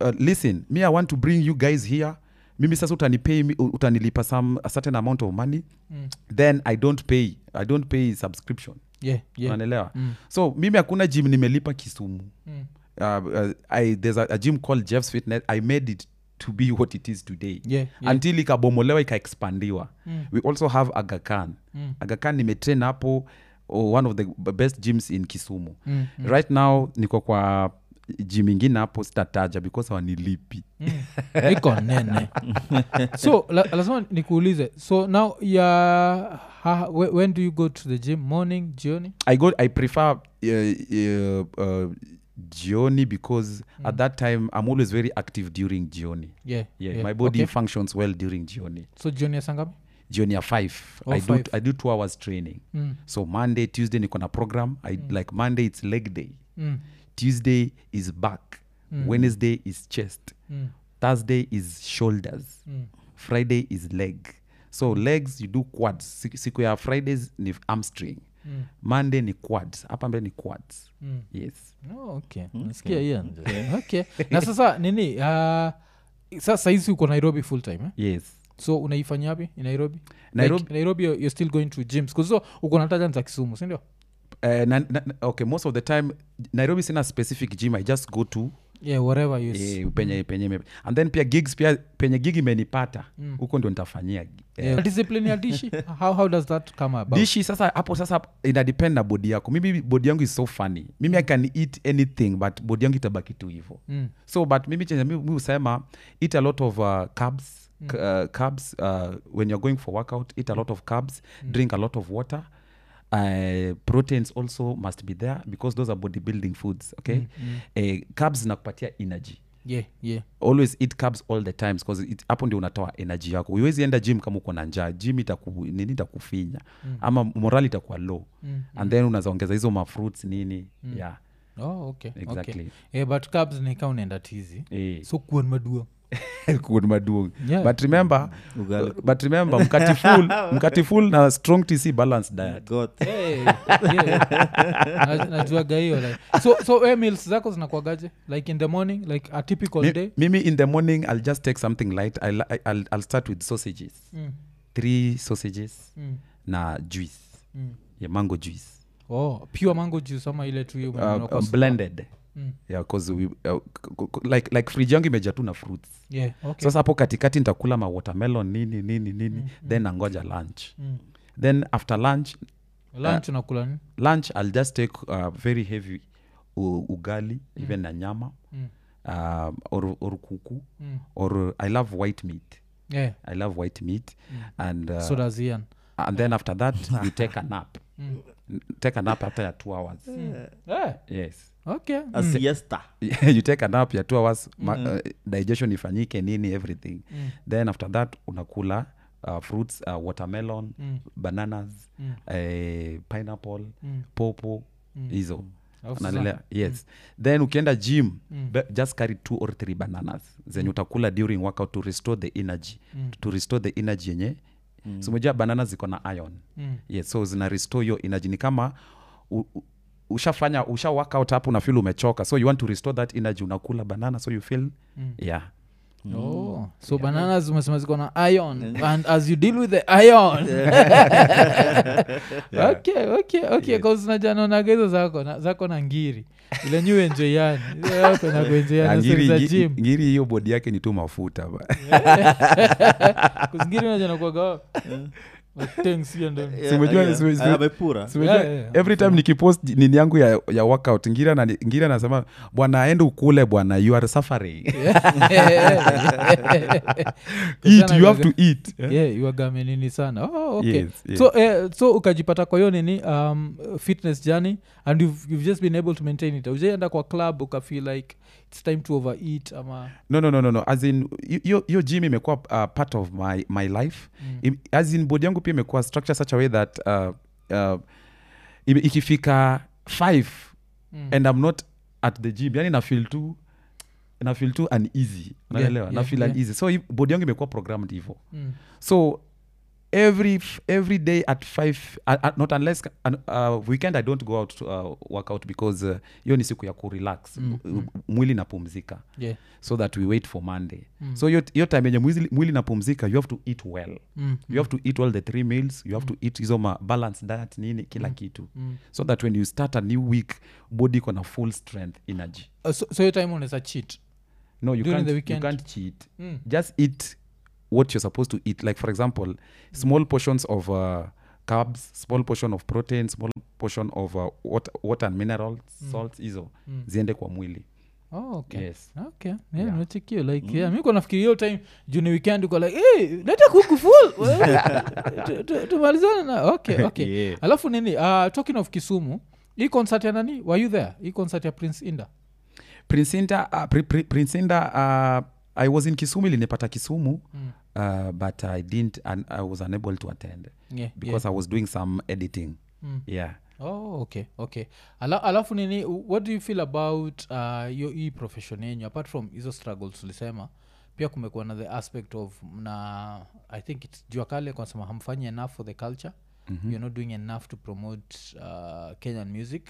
uh, listen me i want to bring you guys here mimi sasa utanipay mi- utanilipa some a certain amount of money mm. then i don't pay i don't pay subscription
yeah, yeah.
unanielewa
Mm.
so mimi hakuna gym nimelipa kisumu
Mm.
uh, uh, I, there's a, a gym called jeff's fitness i made it to be what it is today
Yeah, yeah.
until ikabomolewa ikaexpandiwa mm. we also have agakan
Mm.
agakan nimetrain hapo oh, one of the b- best gyms in kisumu
Mm,
right now niko kwa gym ingine hapo sitataja because hawanilipi
Mm. iko nene so la, lazima nikuulize so now ya ha, whe- when do you go to the gym morning jioni
i go i prefer uh, uh, uh, jioni because mm. at that time i'm always very active during jioni
yeah,
yeah, yeah. my body
okay.
okay. functions well during jioni
so jioni ya saa ngapi
jioni ya 5
Oh,
I, do,
five.
i do two hours training
Mm.
so monday tuesday niko na program I, mm. like monday it's leg day
Mm.
tuesday is back mm. wednesday is chest
Mm.
thursday is shoulders
Mm.
friday is leg so legs you do quads Siku- siku ya fridays ni amstring mm. monday ni quads hapa mbele ni quads
Mm.
yes
Oh, okay. nasikia hiyo okay. na sasa nini uh, sasa hizi uko nairobi full time eh?
yes
so unaifanya wapi in nairobi
Nairobi-
like, nairobi you're, you're still going to gyms kuzo uko nataja ni za kisumu sindio
uh, na, na, okay most of the time nairobi sina specific gym i just go to
yeah whatever you s-
eh, penye penye ime- and then pia gigs pia penye gig imenipata huko ndio nitafanyia gi- eh,
Mm. yeah. discipline ya dishi how, how does that come about
dishi sasa hapo sasa ina depend na bodi yako mimi bodi yangu is so funny mimi i can eat anything but bodi yangu itabaki tu hivo
Mm.
so but mimi chenye mi mi husema eat a lot of uh, carbs
Mm.
c- uh, carbs uh, when you're going for workout eat a lot of carbs
Mm.
drink a lot of water Uh, proteins also must be there because those are bodybuilding foods okay
Mm,
Eh, carbs zinakupatia energy
yeah yeah
always eat carbs all the times because it- hapo ndio unatoa energy yako uwezi enda gym kama uko na njaa gym itaku, nini itakufinya mm. ama morali itakuwa low mm. and then unazaongeza hizo mafruits nini mm. yeah
oh okay okay
Exactly.
yeah, but cabs nika unaenda tizi
Eh.
so kuon madua
Kuwa maduong.
Yeah.
but remember
Ugali.
but remember mkati full mkati full na strong tc balanced diet
Goth.
najuaga hiyo like. so, so eh, meals zako zinakuagaje like in the morning like a typical day
Mi, mimi in the morning i'll just take something light i'll, I'll, I'll start with sausages
mm.
three sausages
Mm.
na juice
Mm.
yeah, mango juice
oh pure mango juice ama ile tu hiyo
uh,
unanunua kwa
um,
s-
blended
Mm.
yeah, 'cause we, uh, k- k- k- like, like friji yangu imeja tu na fruits
yeah, okay.
sasa hapo katikati nitakula ma watermelon nini nini nini then nangoja lunch
Mm.
then after lunch ah.
lunch unakula nini
lunch i'll just take uh, very heavy u- ugali even na nyama
Mm.
um, or, or kuku
Mm.
or i love white meat
yeah.
i love white meat and, uh,
Mm. so does Ian.
and then after that you take a nap
Mm.
N- take a nap after ya two hours
Eh,
yes
okay mm.
A siesta.
you take a nap ya two hours ma- uh, digestion ifanyike nini everything then after that unakula uh, fruits uh, watermelon bananas eh, pineapple popo hizo
Alafu
Unaelewa? yes then ukienda gym be- just carry two or three bananas zenye utakula during workout to restore the energy to restore the energy yenye mm. simejua bananas ziko na ion
Mm.
yes, so zina restore your energy ni kama u, u, ushafanya usha workout hapo unafil umechoka so you want to restore that energy unakula banana so you feel mm. yeah
Oh, so bananas umesema ziko na ion and as you deal with the ion okay okay okay cause najua naonaga hizo zako na- zako na ngiri ile nyu enjoyani Ile yako na kuenjoyani story
ngiri
za
ngi-
gym
ngiri hiyo bodi yake ni tu mafuta ba.
Cause ngiri unajua nakuwaga "Oh, thanks hiyo ndio
Yeah,
Simejua-
yeah.
sime- sime-
Amepura.
So unajua,
Yeah, yeah, yeah.
every time nikipost nini yangu ya, ya workout ngiri anani- ngiri anasema bwana aende ukule bwana you are suffering eat you have to eat Eh?
yeah, iwagame nini sana oh, okay.
Yes, yes.
so eh, so ukajipata kwa hiyo nini um, fitness journey and you've, you've just been able to maintain it ujaienda kwa club ukafeel like its time to overeat ama
no no no no, no. as in hiyo- hiyo gym imekuwa uh, part of my, my life mm. as in bodi yangu pia imekuwa structure such a way that uh, uh, ime- ikifika five mm. and i'm not at the gym yani nafil tu nafil tu uneasy unaelewa
yeah,
nafil
yeah.
uneasy so hi- bodi yangu imekuwa programmed hivo
mm.
so every f- every day at 5 uh, uh, not unless uh, uh, weekend i don't go out to, uh, workout because uh, hiyo ni siku ya kurelax mm, mm. mwili napumzika
yeah.
so that we wait for monday mm. so hiyo hiyo time yenye mwili, mwili napumzika you have to eat well
Mm,
you have to eat all the three meals you have to eat hizo ma balance diet nini kila kitu
mm.
so that when you start a new week body iko na full strength energy
Uh, so, so hiyo time unaweza cheat
no you
During
can't,
the
you
weekend.
can't cheat
Mm.
just eat what you're supposed to eat like for example small portions of uh, carbs small portion of protein small portion of uh, water, water and mineral salt hizo ziende kwa mwili
oh, Mm. okay.
yes
okay yeah,
Yeah. Mm.
nachikio like yeah, mi kwa nafikiri hiyo time juni weekend uko like hey, leta kuku full Tu- tu- tumalizane na okay okay
Yeah.
alafu nini uh, talking of kisumu hii concert ya nani were you there hii concert ya prince inda
prince inda uh, pri, pri, prince inda uh, i was in kisumu ilinipata kisumu
Mm.
uh, but i didn't and i was unable to attend
yeah,
because i was doing some editing
Mm.
yeah
yeah. oh, okay okay Ala, alafu nini what do you feel about uh, hiyo hii profession yenyu apart from hizo struggles ulisema pia kumekuwa na the aspect of na i think its jua kale kwanasema hamfanyi enough for the culture mm-hmm. you're not doing enough to promote uh, kenyan music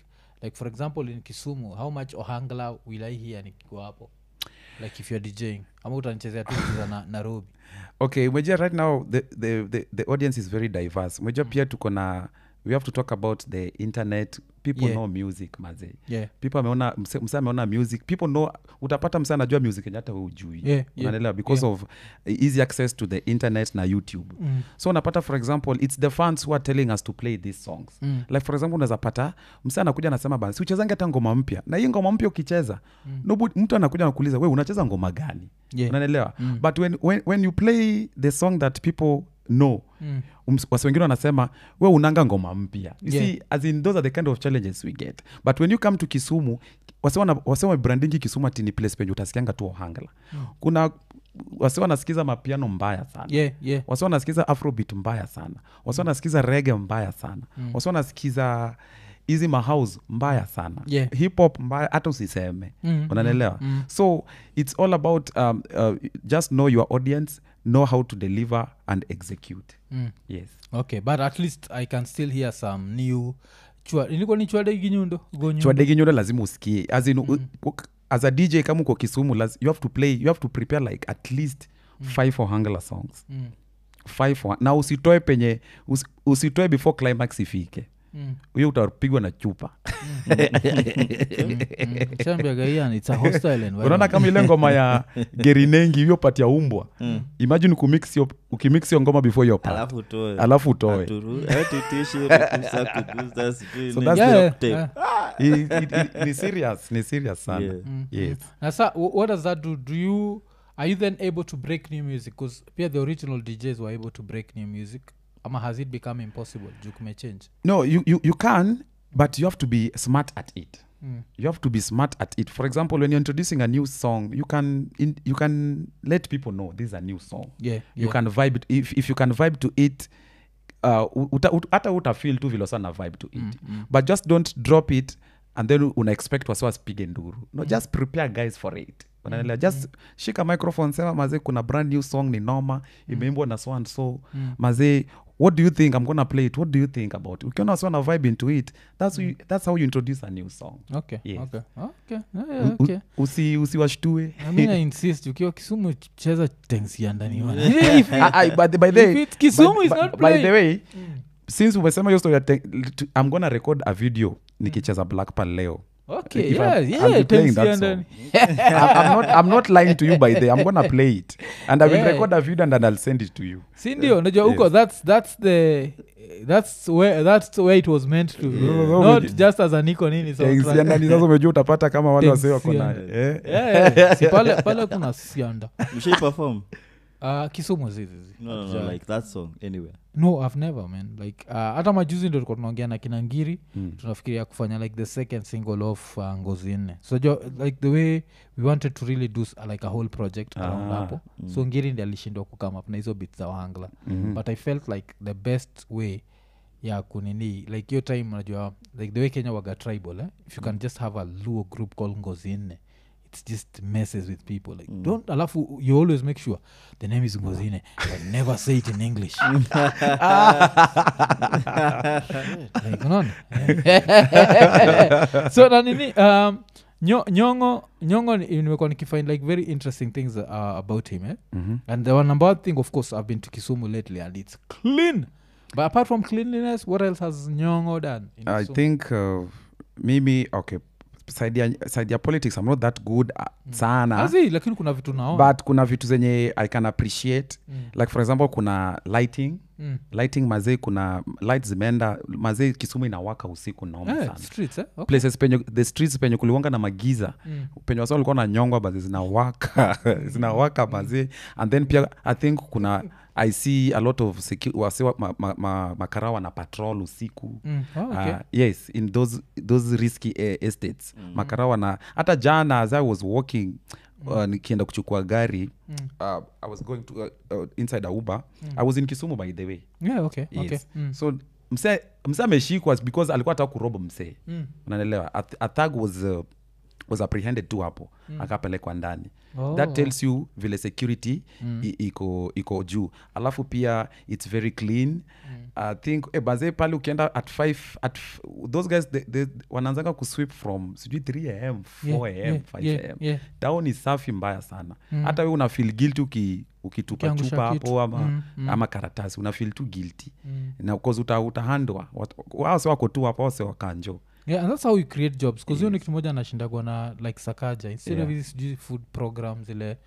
like for example in kisumu how much ohangla will i hear nikikuwa hapo like if youare djing ama utanichezea tu vitu za na, nairobi
okay mwejia right now the, the, the, the audience is very diverse
Hmm.
mwejia pia tuko na we have to talk about the internet people
Yeah.
know music maze
yeah
people ameona mse mse ameona music people know utapata mse anajua music yenye hata we ujui
Yeah, yeah,
Unaelewa? because of easy access to the internet na youtube
Mm.
so unapata for example its the fans who are telling us to play these songs
Mm.
like for example unaweza pata mse anakuja anasema bana si uchezange hata ngoma mpya na hii ngoma mpya ukicheza mm. nobody, mtu anakuja anakuuliza we unacheza ngoma gani
Yeah.
unanelewa mm. but when, when, when you play the song that people know mm. wasi wengine wanasema we unanga ngoma mpya You
Yeah.
see, as in those are the kind of challenges we get but when you come to kisumu wase wana- wase wamebrandingi kisumu atini place penye utasikianga tu ohangla mm. kuna wase wanasikiza mapiano mbaya sana
yeah yeah
wasi wanasikiza afrobit mbaya sana wasi
Mm.
wanasikiza rege mbaya sana mm. wasi wanasikiza hizi mahouse mbaya sana
Yeah.
hip hop mbaya hata usiseme
Mm,
unanelewa mm. so its all about um, uh, just know your audience know how to deliver and execute
mm.
yes
okay but at least i can still hear some new chua ilikuwa ni chwadeginyundo
chwadeginyundo lazima usikie as, in, u- u- as a dj kama uko kisumu laz, you have to play you have to prepare like at least mm. five for hangla songs
Mm.
five for, na usitoe penye us, usitoe before climax ifike huyo utapigwa na chupa
Mm,
unaona kama ile ngoma ya gerinengi iliyopatia umbwa imagine kumix yo- ukimix hiyo ngoma before your part
alafu eh, utoe
alafu utoe
Aturu- atitishi, rukusa, kugusa, sijui
So
nini,
that's
the-
duct tape.
Yeah.
I- i- i- ni serious ni serious sana
Yeah.
yes
nasa what does that do do you are you then able to break new music bcause pia the original djs were able to break new music ama has it become impossible juu kumechange
no you, you, you can but you have to be smart at it
Mm.
you have to be smart at it for example when you're introducing a new song you can in, you can let people know this is a new song
Yeah,
you
yeah.
can vibe it- if, if you can vibe to it uh, uta, ut, hata utafil tu vile sana vibe to it mm, mm. but just don't drop it and then una expect wasi wasipige nduru no mm. just prepare guys for it unaelewa just shika microphone sema mazee kuna brand new song ni noma imeimbwa na so and so mazee what do you think i'm gonna play it what do you think about it ukiona wasi wana vibe into it that's, mm. you, that's how you introduce a new song
okay
Yes.
okay okay yeah, yeah, okay
U- usi usiwashtue
I mean, I insist ukiwa kisumu cheza tensia ndani wana. If-
Ah, ah, by the- by the-
If it's Kisumu,
by-
it's
by-
not
by the
playing. Hmm.
way since umesema hiyo story ya te- to- i'm gonna record a video nikicheza black Pearl leo
okay
If I'm-
yeah,
I'll
yeah,
be playing that song.
tensia ndani.
I'm, I'm not, i'm not lying to you by the i'm gonna play it and i will
Yeah.
record a video and, and i'll send it to you
si ndio unajua huko
Yes.
that's, that's the that's where, that's where it was meant to be
Yeah.
not just as an icon in its own
Thanks,
track.
yeah, nani sasa umejua utapata kama wale
Thanks,
wasee wako na
yeah.
eh, eh.
Yeah, yeah, yeah. Si pale pale kuna sianda
Mshai perform?
uh, kisumu zizizi
No, no, no, like that song, anywhere.
no i've never man like uh, hata majuzi ndo tulikuwa tunaongea na kina ngiri mm. tunafikiria kufanya like the second single of uh, ngozi nne so jo, like the way we wanted to really do s- like a whole project around
Ah,
hapo so ngiri ndi alishindwa kukam up na hizo bit za wangla mm-hmm. but i felt like the best way ya kunini like hiyo time unajua like the way kenya waga tribal eh? if you can just have a luo group call ngozi nne it just messes with people like mm. don't alafu you always make sure the name is ngozine but never say it in english like, unaona? so na nini um, Nyo- nyongo nyongo ni- nimekuwa nikifind like very interesting things uh, about him eh? mm-hmm. and the one number one thing of course i've been to kisumu lately and it's clean but apart from cleanliness what else has nyongo done in
i
Kisumu?
think uh, mimi okay side ya, side ya politics i'm not that good uh,
Hmm.
sana
Azi, lakini kuna vitu naona
but kuna vitu zenye i can appreciate mm. like for example kuna lighting mm. lighting mazee kuna light zimeenda mazee kisumu inawaka usiku naoma
Eh,
yeah, sana
streets, eh? Okay.
places penye the streets penye kuliwanga na magiza mm. penye wasa walikuwa na nyongwa bazi zinawaka zinawaka mazee and then pia i think kuna i see a lot of secu- wase wa- ma, ma, ma, makara wana patrol usiku
Mm. Oh, okay.
Uh, yes in those, those risky uh, estates mm. makarawa na hata jana as i was walking uh, nikienda kuchukua gari mm. uh, i was going to, uh, uh, inside a uber mm. i was in kisumu by the way
Yeah, okay,
yes.
okay. Mm.
so mse mse ameshikwa because alikuwa ataka kurobo msee mm. unaelewa A- a thug was uh, was apprehended tu hapo mm. akapelekwa ndani
Oh.
that tells you vile security mm. i, iko iko juu alafu pia its very clean mm. i think eh, baze pale ukienda at 5 at f- those guys they, they, wanaanzanga kuswip from sijui 3 am 4 am
Yeah, yeah,
5
yeah,
am
yeah.
town ni safi mbaya sana hata we una feel guilty uki,
Mm. Ukiangusha
ukitupachupa
kitu.
hapo ama,
Mm,
mm, mm. ama karatasi una feel tu guilty mm. na cause uta, utahandwa wase wako tu hapo wase wakanjo
yeah, and that's how you create jobs bcause hiyo ni kitu moja anashindagwa na like sakaja instead of
Yeah.
hizi sijui food program zile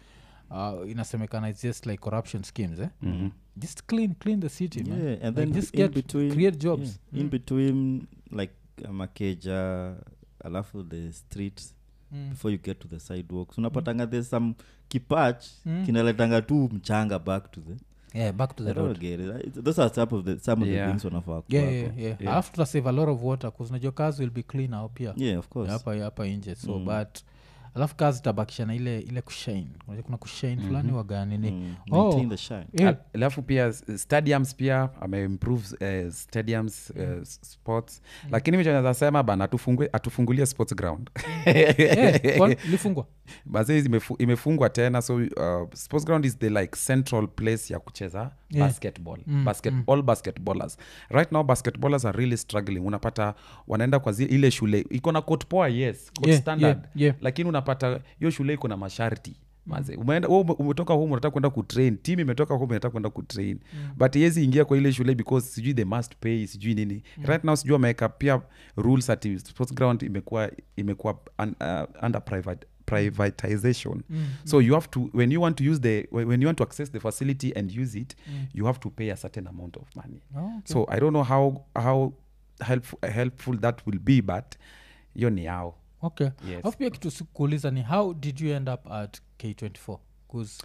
uh, inasemekana its just like corruption schemes eh? mm-hmm. just clean clean the city man.
Yeah, and
Like,
then
just
in
get
between-
create jobs Mm.
yeah. in between like uh, makeja alafu the streets
Mm.
before you get to the sidewalks unapatanga there's some kipach
Mm.
kinaletanga tu mchanga back to the,
yeah, back to the
I don't
road
get it. It's- those are some of the, some of
Yeah.
the things wanafaa
yeah,
kuwako.
yeah, yeah.
Yeah.
alafu tutasave a lot of water bcause najua kazi will be clean au pia
Yeah, of course
hapa hapa nje
Mm.
so but alafu kazi itabakisha na ile ile kushine Unajua kuna kushine fulani waganini
Mm,
Oh.
maintain the shine
yeah.
Al- alafu pia s- stadiums pia ameimprove uh, stadiums uh,
Mm.
s- sports lakini michonazasema bana atufungue- atufungulie sports ground
yeah, eh, kwa- ilifungwa
baze imefu, imefungwa tena so uh, sports ground is the like central place ya kucheza
Yeah.
yeah. basketball mm, Basket, mm. all basketballers right now basketballers are really struggling unapata wanaenda kwa zi, ile shule iko na court poa yes court
Yeah,
standard
yeah, yeah.
lakini unapata hiyo shule iko na masharti Maze, umeenda wewe ume- umetoka home unataka kwenda kutrain timu imetoka home inataka kwenda kutrain mm. but yezi ingia kwa ile shule because sijui they must pay sijui nini mm. right now sijui wameweka pia rules ati sports ground imekuwa imekuwa un, uh, under private privatization mm. so you have to when you want to use the when when you want to access the facility and use it mm. you have to pay a certain amount of money
Oh,
so i don't know how how helpful, helpful that will be but hiyo ni yao
okay
Yes.
Alafu pia kitu sikuuliza ni how did you end up at k24 'Cause-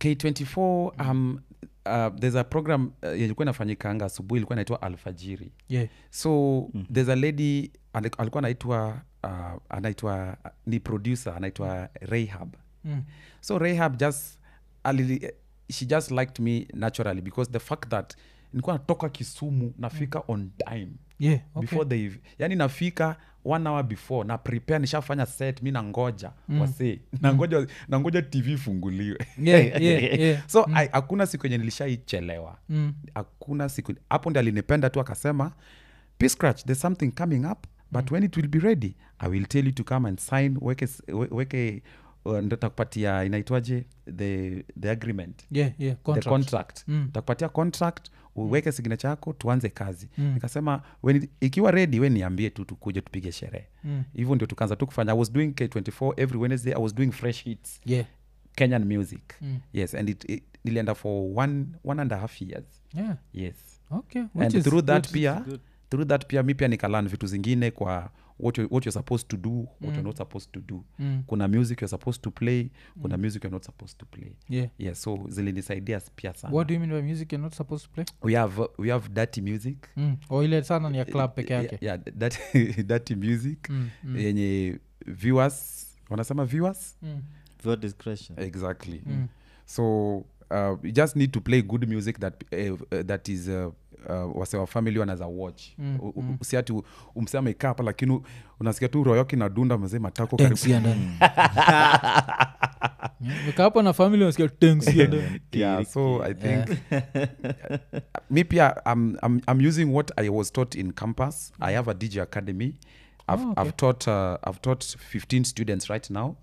k24
Mm-hmm.
um, uh, there's a program uh, yenye ilikuwa inafanyikanga asubuhi ilikuwa inaitwa alfajiri
yeah.
so mm-hmm. there's a lady ali- alikuwa anaitwa uh, anaitwa ni producer anaitwa rahab
Mm.
so rahab just alili, she just liked me naturally because the fact that nilikuwa natoka kisumu nafika on time
Mm. Yeah, okay.
before they yani nafika one hour before na prepare nishafanya set mi nangoja mm. wasee nangoja, nangoja tv ifunguliwe
Yeah, yeah, yeah.
so mm. I, hakuna siku yenye nilishaichelewa
Mm.
hakuna siku hapo ndi alinipenda tu akasema piscratch there's something coming up
Mm.
but when it will be ready i will tell you to come and sign weke, s- we- weke uh, ndo takupatia inaitwaje the, the agreement
Yeah, yeah, contract.
the contract mm. takupatia contract uweke signature yako tuanze kazi mm. nikasema when it- ikiwa ready we niambie tu tukuje tupige sherehe hivyo mm. ndio tukaanza tu kufanya i was doing k24 every wednesday i was doing fresh hits
Yeah.
kenyan music mm. yes and it, it, nilienda for one, one and a half years
Yeah.
yes
Okay. Which
and
is
through that
good.
pia through that pia mi pia nikalan vitu zingine kwa what you, what you're supposed to do what you're not supposed to do mm. kuna music you're supposed to play
Mm.
kuna music you're not supposed to play
Yeah.
yeah so zilinisaidia pia sana
what do you mean by music you're not supposed to play
we have we have dirty music
mm. o ile sana ni ya club peke yake
yeah, yeah, dirty, dirty music mm, mm. yenye viewers wanasema viewers
Mm.
Your discretion
exactly mm. so uh, you just need to play good music eh, that uh, uh, that is uh, uh, wasewa famili wanaza watch mm, mm. usiati umsea ameikaa pa lakini u- unasikia tu royoki na dunda mzee matako karibu
mekaapa na famili nasikia tengs ya ndani.
yeah, so i think me pia I'm, I'm, i'm using what i was taught in campus i have a dj academy I've,
Oh, okay.
I've taught uh, I've taught 15 students right now.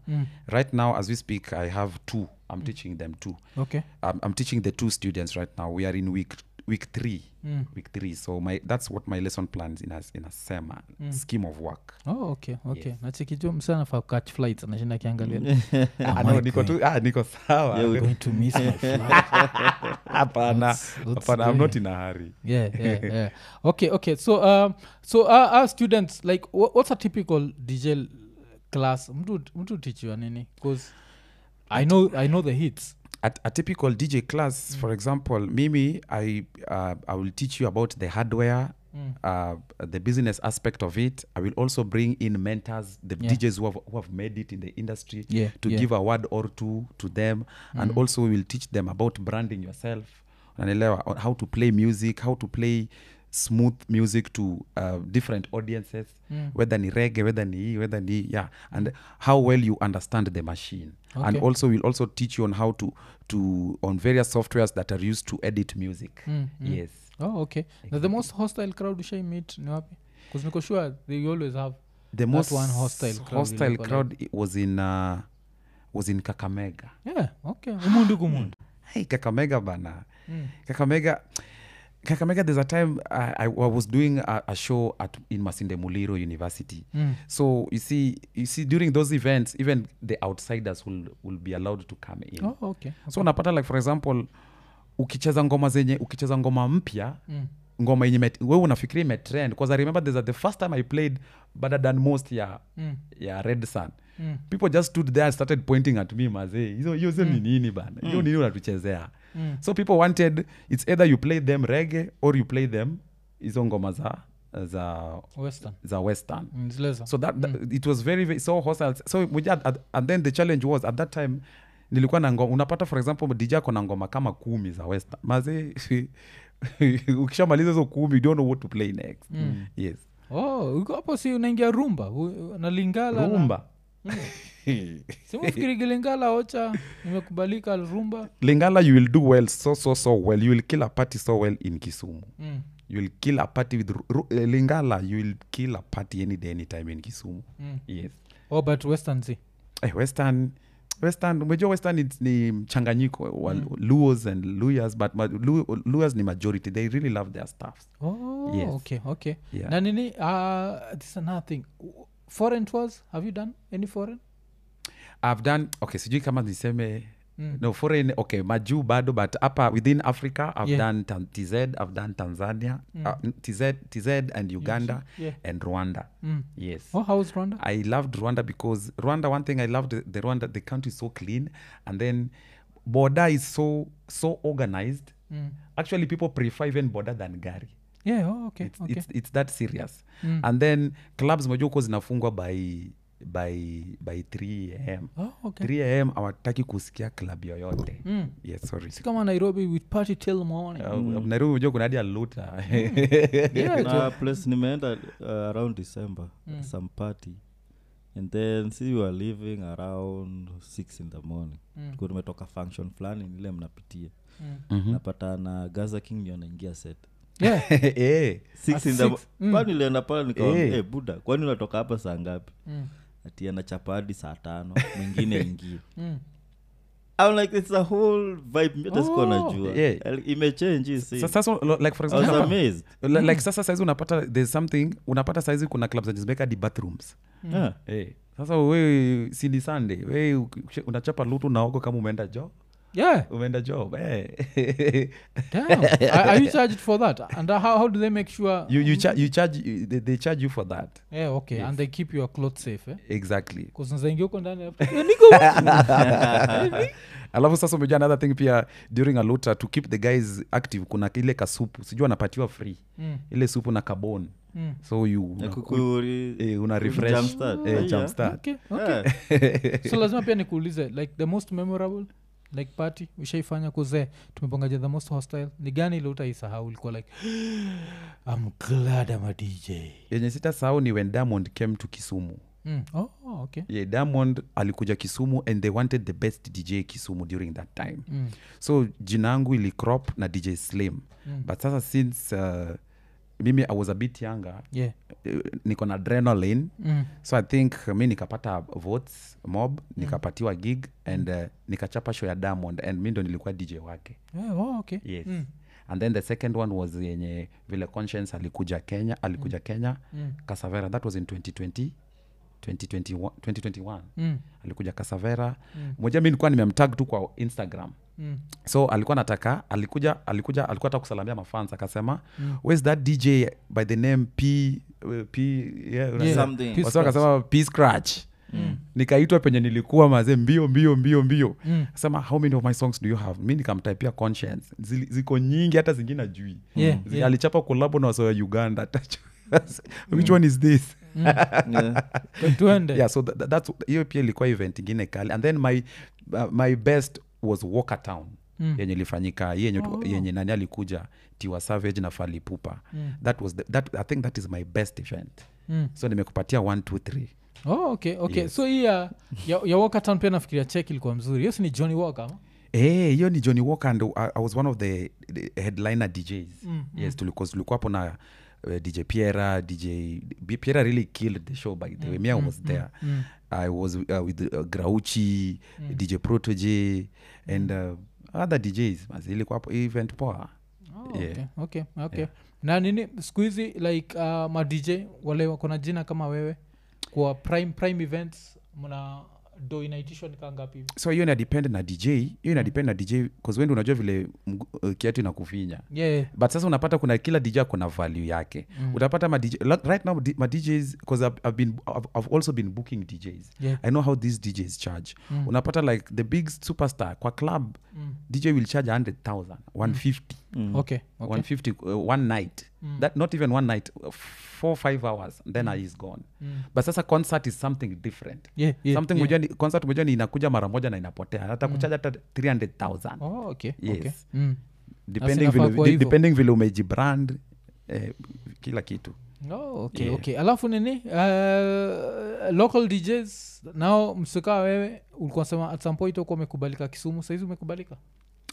Right now, as we speak, I have two. I'm teaching them two.
okay
I'm, I'm teaching the two students right now. We are in week week three, week three. So my that's what my lesson plans in a in a sema scheme of work.
oh okay okay nachikijua msana fa catch flights anashinda akiangalia
Ah,
Am
no,
I
niko tu ah, niko sawa.
Yeah, we-
going to miss my flight?
Hapana,
That's- that's
hapana, I'm
the-
not in a hurry.
yeah, yeah, yeah. okay okay so um, so our, our students like wha- what's a typical dj class mtu mtu tichiwa nini because i know i know the hits
At a typical DJ class, for example, Mimi, I uh, I will teach you about the hardware. Uh, the business aspect of it i will also bring in mentors the
Yeah.
djs who have, who have made it in the industry
Yeah,
to
yeah.
give a word or two to them
Mm.
and also we will teach them about branding yourself unaelewa on how to play music how to play smooth music to uh, different audiences
Mm.
whether ni rege whether ni hii whether ni hii yeah and how well you understand the machine and
Okay.
also we'll also teach you on how to to on various softwares that are used to edit music
Mm,
yes
oh okay na the most hostile crowd ushaimeet ni wapi bcause niko sure they always have
the most
one hostile crowd
hostile
ilikuwa
crowd i- was in uh, was in kakamega
yeah okay umundu kumundu
hey, kakamega bana kakamega kakamega there's a time i, I, I was doing a, a show at, in masinde muliro university mm. so you see you see during those events even the outsiders will, will be allowed to come in
oh okay
so unapata like for example ukicheza ngoma zenye ukicheza ngoma mpya mm. ngoma yenye met- wewe unafikiria imetrend bcause i remember there's a, the first time i played better than most ya, mm. ya red sun mm. people just stood there and started pointing at me mazee hizo hiyo hizo ni nini bana hiyo nini unatuchezea mm. so people wanted it's either you play them rege or you play them hizo ngoma za za
western
za western
Mm, zileza
so that, that it was very, very so hostile so Mujad, at, and then the challenge was at that time nilikuwa na ngoma unapata for example dj ako na ngoma kama kumi za western maze ukishamaliza hizo kumi you don't know what to play next mm. yes
oh uko hapo si unaingia rumba u- na lingala
rumba
simufikirigi lingala ocha imekubalika rumba
lingala you will do well so so so well you will kill a party so well in kisumu
mm.
you will kill a party with ru- ru- eh, lingala you will kill a party any day anytime in kisumu
Mm.
yes
oh but western si
eh, western western umejua western it's ni mchanganyiko wa luos and luyas but ma, Lu- luyas ni majority they really love their stuffs
Oh,
Yes.
okay, okay.
Yeah.
Na nini, uh, this is another thing. W- Foreign tours, have you done any foreign?
i've done okay sijui kama niseme mm. no foreign okay majuu bado but hapa within africa i've
Yeah.
done tan, tz i've done tanzania mm. uh, tz, tz and uganda
Yeah.
and rwanda mm. yes
Oh, how's Rwanda?
I loved Rwanda because Rwanda, one thing I loved the Rwanda, the country is so clean, and then border is so so organized.
Mm.
Actually, people prefer even border than Gari.
Yeah, oh, okay,
It's,
okay. Mm.
it's, it's that serious. And then clubs mojoko zinafungwa by by by 3 am.
Oh, okay. Mm. Hmm.
3 am hawataki kusikia club yoyote. Yes, sorry.
Si kama Nairobi with party till morning.
Uh, Nairobi mojoko kuna hadi ya luta.
Yeah, Mm. jo-
na place nimeenda uh, around december some party and then si we are leaving around 6 in the morning mm. tumetoka function fulani nile mnapitia
Mm.
mm-hmm. napatana gaza king ndio anaingia set
yeah.
Eh.
At
6 in the mo-
Ah, six? Mm.
kwani nilienda pale nikawaambia
Eh.
hey, buda kwani unatoka hapa saa ngapi
Mm.
ati anachapa hadi saa tano mwingine aingie
Mm.
I'm like it's a whole vibe mimi hata sikuwa
Oh.
najua
Eh.
Like, imechange hii scene.
Sasa so, lo- like for
I was
example,
amazed
Li- like sasa saizi unapata there's something unapata saizi kuna club zajizimeka di bathrooms
Mm.
Yeah.
hey. sasa wewe sini sunday we ukisha- unachapa lutu naogo kama umeenda job
Yeah,
umeenda job eh. hey.
damn. Are- are you charged for that? And uh, how, how do they make sure?
you, you cha- you charge, you, they, they charge you for that
yeah, okay. And they keep your clothes safe, eh?
exactly
kuzinzaingia huko ndani alafu, "Eh, niko wapi?"
alafu sasa umejua another thing pia during a luta to keep the guys active kuna ile kasupu sijui anapatiwa free
Mm.
ile supu na carbon
Mm.
so you
Na kukuri-
eh, una refresh eh,
Jumpstart. Yeah. Ah,
jumpstart.
Okay, okay.
Yeah.
so lazima pia nikuulize like the most memorable like party ushaifanya kuzee tumepangaja the most hostile ni gani ile utaisahau ulikuwa like I'm glad I'm a dj
yenye sitasahau ni when diamond came to kisumu
mm. oh, okay
yeah, diamond alikuja kisumu and they wanted the best dj kisumu during that time
mm.
so jina yangu ilicrop na dj slim
Mm.
but sasa since uh, mimi i was a bit younger
yeah
eh, niko na adrenaline
mm.
so i think uh, mi nikapata votes mob nikapatiwa gig and uh, nikachapa show ya diamond and mi ndo nilikuwa dj wake
yeah oh, okay
yes.
mm.
and then the second one was yenye vile conscience alikuja kenya alikuja mm. kenya mm. kasavera that was in 2020 2021, 2021.
Mm.
alikuja kasavera mm. moja mi nilikuwa nimemtag tu kwa instagram
Mm.
so alikuwa nataka alikuja alikuja alikuwa hata kusalamia mafans akasema mm. where's that dj by the name p uh, p yeah,
Yeah.
unasema-
Something.
Peace
Wasa wakasema p scratch
Mm.
nikaitwa penye nilikuwa mazee mbio mbio mbio mbio
Mm.
sema how many of my songs do you have mi nikamtaipia conscience Zili, ziko nyingi hata zingine ajui
Yeah,
Zi-
yeah.
alichapa kolabo na wasoya uganda which one is this
Yeah.
But tuende
yeah, so tha- tha- that's hiyo pia ilikuwa event ingine kali and then my, uh, my best was walker town
Mm.
yenye ilifanyika yenye,
Oh.
oh. yenye nani alikuja tiwa savage na falipupa
Mm.
that was the, that, i think that is my best event
Mm.
so nimekupatia 1 2 3
oh, okay okay
Yes.
so hii ya, ya, ya walker town pia nafikiria check ilikuwa mzuri hiyo si ni johnny walker ama?
Eh, hiyo ni johnny walker and I, i was one of the, the headliner djs
Mm,
yes tulikuwa tulikuwa hapo na uh, dj piera dj B- piera really killed the show by the way me i was there
mm.
i was uh, with uh, grauchi dj protoje
Mm.
and uh, other djs Basi ilikuwa hapo event poa
Oh,
Yeah.
okay, okay, okay. na nini siku hizi like uh, madj wale wako na jina kama wewe kwa prime prime events mna do inaitishwa nikaa ngapi hivi
so hiyo inadepend na dj hiyo
Mm.
inadepend na dj bcause wendi unajua vile mgu- uh, kiatu inakufinya
yeah.
but sasa unapata kuna kila dj akona value yake mm. utapata ma DJ, like right now di- ma djs because I've, I've, been, I've, I've also been booking djs
Yeah.
i know how these djs charge mm. unapata like the big superstar kwa club
Mm.
dj will charge 100000 150
okay, okay. Mm.
150 uh, Mm. one night that not even one night uh, four five hours then mm. is gone mm. but sasa concert is something different
Yeah, yeah,
something
yeah. Mm.
yeah. Mujani, concert mujua ni inakuja mara moja na inapotea hata kuchaja hata 300000
Oh, okay,
Yes.
okay. Mm.
depending
inafaa
vile,
kuwa
de-
hivyo.
depending vile umejibrand eh, kila kitu
Oh, okay,
Yeah.
okay. alafu nini uh, local djs nao msikaa wewe ulikuwa sema at some point ukuwa umekubalika kisumu saizi umekubalika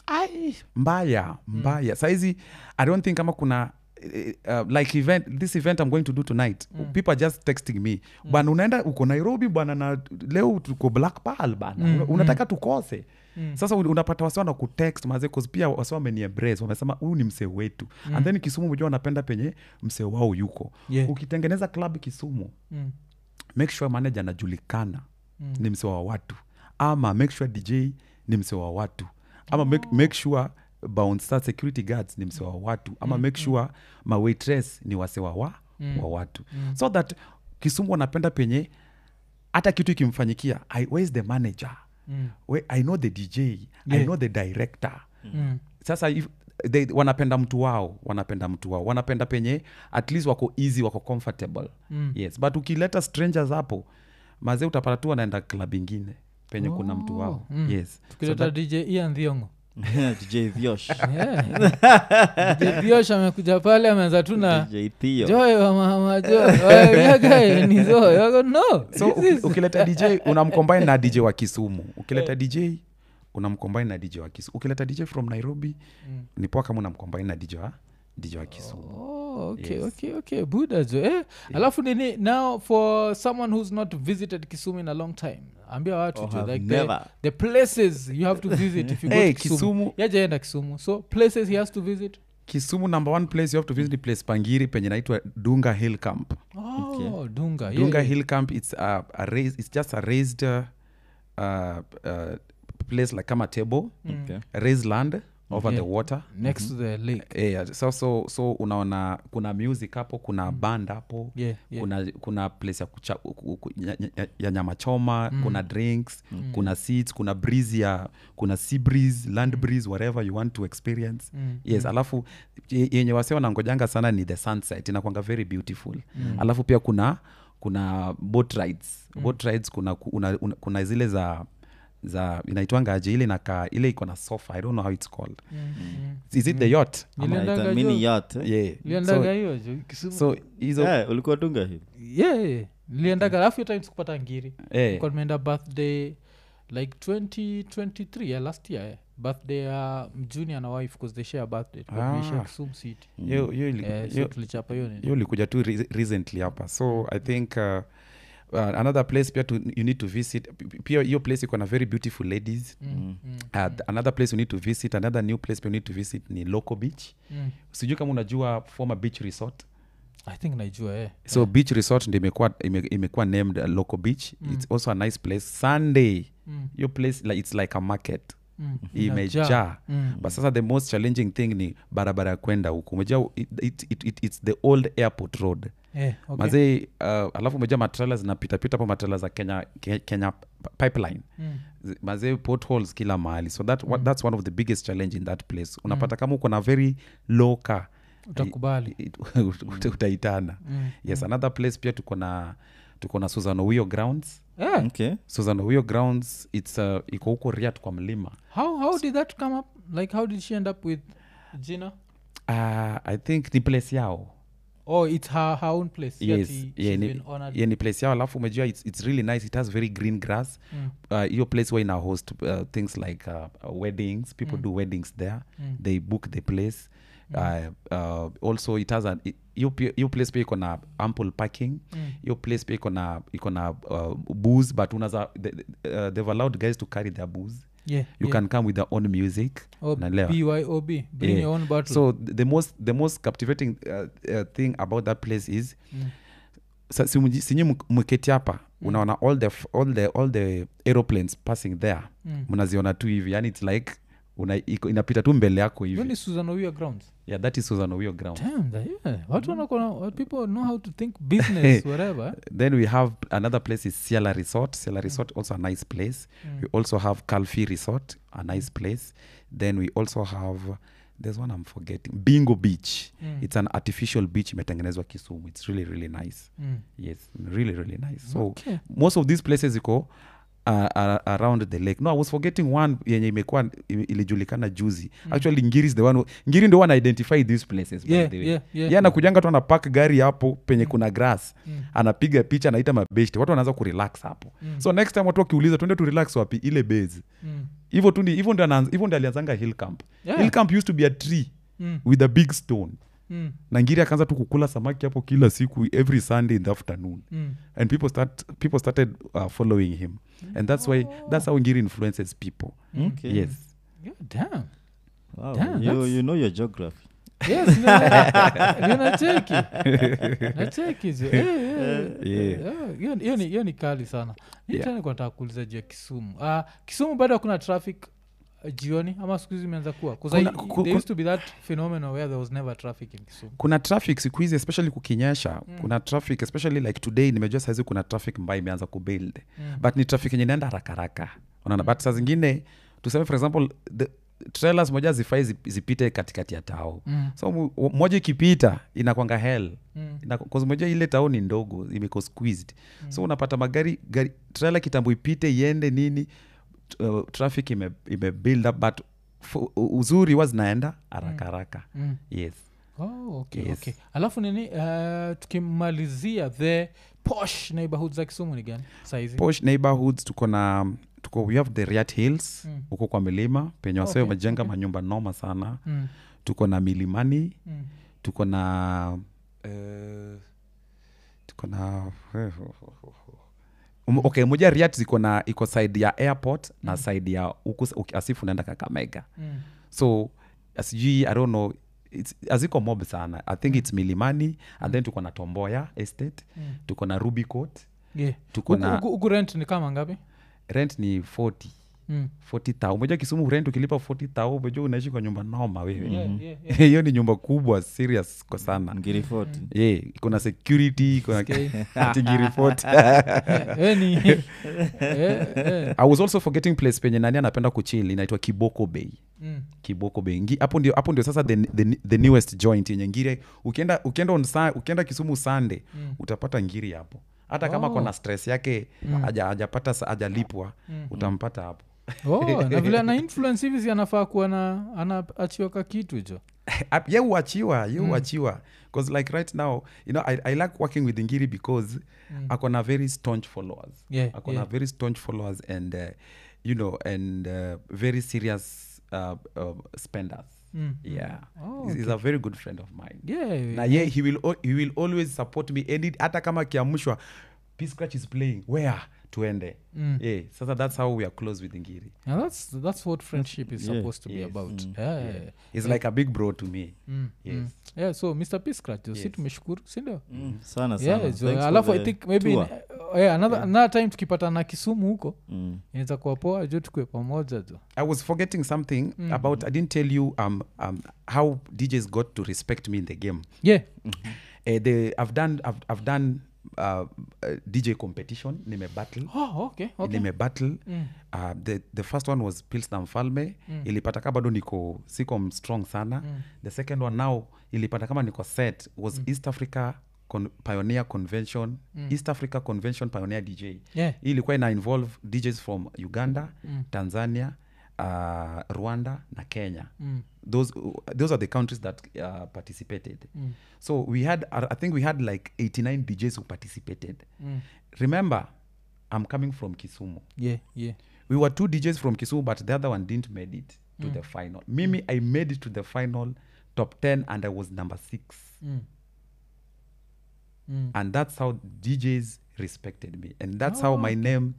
Ai, mbaya
Mm.
mbaya saizi i don't think kama kuna eh, eh, uh, like event this event i'm going to do tonight
Mm.
people are just texting me bwana unaenda uko nairobi bwana na leo tuko black pal bana
Mm,
Una- unataka tukose sasa un- unapata wasi wana kutext maze 'cause pia wasi wameniembrace wamesema huyu ni msee wetu and then kisumu unajua wanapenda penye msee wao yuko
Mm. Yeah.
ukitengeneza club kisumu
mm.
make sure manager anajulikana mm. ni msee wa watu ama make sure dj ni msee wa watu ama make, make sure bouncer security guards ni msee wa watu ama mm. make sure ma waitress ni wasewa wa, mm. wa watu mm. so that kisumu wanapenda penye hata kitu ikimfanyikia I- where is the manager mm. Where, i know the dj yeah. i know the director
Mm.
sasa if, they, wanapenda mtu wao wanapenda mtu wao wanapenda penye at least wako easy wako comfortable mm. yes but ukileta strangers hapo mazee utapata tu wanaenda klab ingine penye oh. kuna mtu wao mm. yes
tukileta dj ian dhiongo
DJ Vyosh.
Yeah. DJ Biosh amekuja pale ameanza tu na
DJ Theo.
joy
so uki- ukileta dj unamcombine na dj wa kisumu ukileta dj unamcombine na dj wa kisumu ukileta dj from nairobi mm. ni poa kama unamcombine na dj wa dj wa kisumu
Oh,
Yes.
budajo eh? alafu nini now for someone who's not visited kisumu in a long time ambia watu
Oh,
Or
jo,
have
like the,
never.
the places you have to visit if you go
Hey,
to kisumu
Kisumu.
yajaenda kisumu so places he has to visit
kisumu number one place you have to visit ni place pangiri penye naitwa dunga hill camp
oh,
Okay.
dunga yeah,
dunga
yeah.
hill camp it's a, a raised, it's just a raised uh, uh, uh, place like kama table
Okay.
raised land over the water
next to
Mhm.
the lake
yeah, so, so, so unaona kuna music hapo kuna band hapo
Yeah, yeah.
kuna kuna place ya, kucha, ku- ku- ku- ya, ya, ya nyama choma kuna drinks kuna seats kuna breeze ya kuna sea breeze land breeze whatever you want to experience yes alafu ye- yenye wase wanangojanga sana ni the sunset inakwanga very beautiful alafu pia kuna kuna boat rides boat rides kuna, ku- una, una, kuna zile za za inaitwanga aje ile inakaa ile iko na sofa i don't know how it's called is it the yacht
Ama
Niliendaga
ita-
jo-
mini yacht, eh?
yeah
liendaga
so,
hiyo jo, Kisumu.
so hizo
Eh, ulikuwa tunga hivi
Yeah, yeah. niliendaga alafu hiyo time sikupata ngiri
eh,
Nilikuwa nimeenda birthday like 2023 yeah, last year yeah. birthday ya mjunior na wife cause they share birthday
Ah.
ah. kisumu city
hiyo- hiyo ili-
Eh, so
hiyo-
tulichapa hiyo nini
hiyo ilikuja tu re- recently hapa so i think uh, uh, another place pia to, you need to visit p- p- pia hiyo place iko na very beautiful ladies
Mm, mm,
Uh, another place you need to visit another new place pia you need to visit ni loco beach
mm.
sijui kama unajua former beach resort
i think naijua eh.
so beach resort ndi imekuwa ime, imekuwa named uh, loco beach mm. it's also a nice place sunday
Mm.
your place like, it's like a market
Mm, inajaa.
imejaa
Mm.
but sasa the most challenging thing ni barabara ya kwenda huku umejaa it, it, it, it, it's the old airport road
Eh, okay.
mazee uh, alafu umeja matrela zinapitapita hapo matrela za kenya, Ke- kenya p- pipeline
Mm.
Z- mazee potholes kila mahali so that, mm. that's one of the biggest challenge in that place unapata kama uko na very low car
Mm. utakubali
it- ut- ut- utaitana
Mm.
yes another place pia tuko na tuko na susan Owio grounds
Eh,
okay
susan Owio grounds its uh, iko huko riat kwa mlima
how, how did that come up like how did she end up with jina
uh, i think ni place yao
oh it's her, her own place yet
yes
he-
yeah,
she's
ni,
been honored.
yeah, ni place yao alafu umejua it's, it's really nice it has very green grass
Mm.
uh, hiyo place wa ina host uh, things like uh, uh, weddings people mm. do weddings there mm. they book the place mm. uh, uh, also it has an- i- hiyo pia- hiyo place pia iko na ample parking hiyo place pia iko na iko na uh, booze but unaza the, the, uh, they've allowed guys to carry their booze
Yeah,
you
yeah.
can come with their own music
Oh,
unaelewa?
BYOB, bring
Yeah.
your own bottle.
so th- the most the most captivating uh, uh, thing about that place is sa- si mji- sinyi mk- mketi hapa unaona all the f- all the all the aeroplanes passing there
Mm.
mnaziona tu hivi yani its like una, iko, inapita tu mbele yako
Hiyo
hivi
ni Susan Owia grounds
yeah that is Susan Owio ground
Damn, that- yeah.
Mm-hmm.
watu wanakona people know how to think business whatever
then we have another place is Ciela resort Ciela resort also a nice place we also have calfi resort a nice place then we also have there's one i'm forgetting bingo beach it's an artificial beach imetengenezwa kisumu it's really really nice
Mm.
yes really really nice so
Okay.
most of these places iko Uh, uh, around the lake no i was forgetting one yenye imekuwa i- ilijulikana juzi actually ngiri is the one who- ngiri ndio one identify these places by
Mm. Yeah,
the way
yeah, yeah. Mm.
Ye anakujanga tu anapak gari hapo penye kuna grass anapiga picha anaita mabeshte watu wanaanza kurelax hapo so next time watu wakiuliza tuende tu relax wapi ile base
Mm.
hivyo tu ndi- hivyo ndio anaanza- hivyo ndio alianzanga hill camp
Yeah.
hill camp used to be a tree
Mm.
with a big stone
Mm.
na ngiri akaanza tu kukula samaki hapo kila siku every sunday in the afternoon
Mm.
and people start people started uh, following him and that's why that's how ngiri influences people
okay
yes
Yeah, damn.
wow.
Damn,
you,
that's-
you know your geography
Yes, no, no, ndio nacheki nacheki jo. Eh, eh,
Yeah.
eh, hiyo- hiyo ni- hiyo ni kali sana
Yeah.
itanikataka kuuliza juu ya kisumu Ah, kisumu bado hakuna traffic eh, jioni ama siku hizi imeanza kuwa 'Cause I-
Kuna- ku- ku-
there used to be that phenomenon where there was never traffic in kisumu
kuna traffic siku hizi especially kukinyesha mm. kuna traffic especially like today nimejua sahizi kuna traffic ambayo imeanza kubuild mm. but ni traffic yenye inaenda harakaraka unaona but saa zingine tuseme for example the trailers moja zifai zip- zipite katikati ya tao mm. so mu- wo- moja ikipita inakwanga hell mm. moja ile tao ni ndogo imeko squeezed mm. so unapata magari gari, trailer kitambo ipite iende nini t- uh, traffic ime, ime build up but fu- u- uzuri huwa zinaenda haraka haraka mm. yes
oh, okay,
Yes.
okay. alafu nini eh, tukimalizia the posh neighborhood za kisumu ni gani saizi
posh neighborhoods tuko na tuko we have the riat hills huko kwa milima penye wasee
Mm. Okay,
wamejenga manyumba noma sana
Mm.
tuko na milimani
Mm.
tuko na eh, tuko na eh, Um, okay moja riat ziko na iko side ya airport na side ya huku uki- asifu unaenda kakamega
Mm.
so sijui i don't know it's- haziko mob sana i
Mm.
think its milimani and then tuko na tomboya estate tuko na ruby court
Yeah.
Tuko
Huku-
na-
huku- huku rent ni kama ngapi
rent ni 40
Mm.
40 tao umeja kisumu rent ukilipa 40 tao umejua unaishi kwa nyumba noma wewe hiyo
Yeah, yeah, yeah.
ni nyumba kubwa serious kwa sana
ngiri 40
yeah, kuna security kuna
Scary.
Ati ngiri 40
Eh, ni- eh, eh,
i was also forgetting place penye nani anapenda kuchili inaitwa kiboko bay
mm.
kiboko bay Ngi- hapo ndio hapo ndio sasa the, the, the newest joint yenye ngiri ukienda ukienda, on, Sa- ukienda kisumu sande utapata ngiri hapo hata kama
Mm. Oh. Mm. Mm-hmm.
kona stress yake haja- hajapata sa- hajalipwa utampata hapo
oh, na vile ana influence hivi si anafaa kuwa na anaachiwa ka kitu jo
Ap- ye uachiwa
Mm.
ye uachiwa because like right now you know i, I like working with ngiri because mm. akona very staunch followers
Yeah,
akona
yeah.
very staunch followers and uh, you know and uh, very serious uh, uh, spenders
Mm.
yeah
Oh,
he's, he's a very good friend of mine
yeah
na ye he will, al- he will always support me any hata kama akiamshwa piscratch is playing where tuende mm. yeah, sasa that's how we are close with ngiri
Now that's that's what friendship is
Yeah.
supposed to be
Yes.
about. Yeah, yeah, yeah.
he's like a big bro to me mm. yes mm.
Yeah, so Mr. Piscratch, yes. si
Yes.
tumeshukuru sindio
Mm, sana
Yeah,
sana.
so,
Thanks for
alafu i
the
think maybe
tour.
uh, yeah, another, another time tukipata na kisumu huko
Mm.
inaweza kuwa poa jo tukue pamoja jo
I was forgetting something
Mm-hmm.
about. I didn't tell you um, um, how DJs got to respect me in the game.
yeah
Uh, they, I've done I've, I've done uh, uh, DJ competition. Nime battle.
oh, okay, okay. Mm.
nime battle uh, the, the first one was pilsna mfalme ilipata ka bado niko siko m- strong sana
Mm.
the second one now ilipata kama niko set was east africa Con pioneer convention
Mm.
east africa convention pioneer dj
Yeah.
hii ilikuwa ina involve djs from uganda tanzania uh, rwanda na kenya those, uh, those are the countries that uh, participated so we had uh, i think we had like 89 djs who participated remember I'm coming from Kisumu.
yeah yeah
We were two DJs from Kisumu, but the other one didn't made it to the final. Mimi, I made it to the final top 10 and I was number six.
Mm.
And that's how DJs respected me. And that's how my name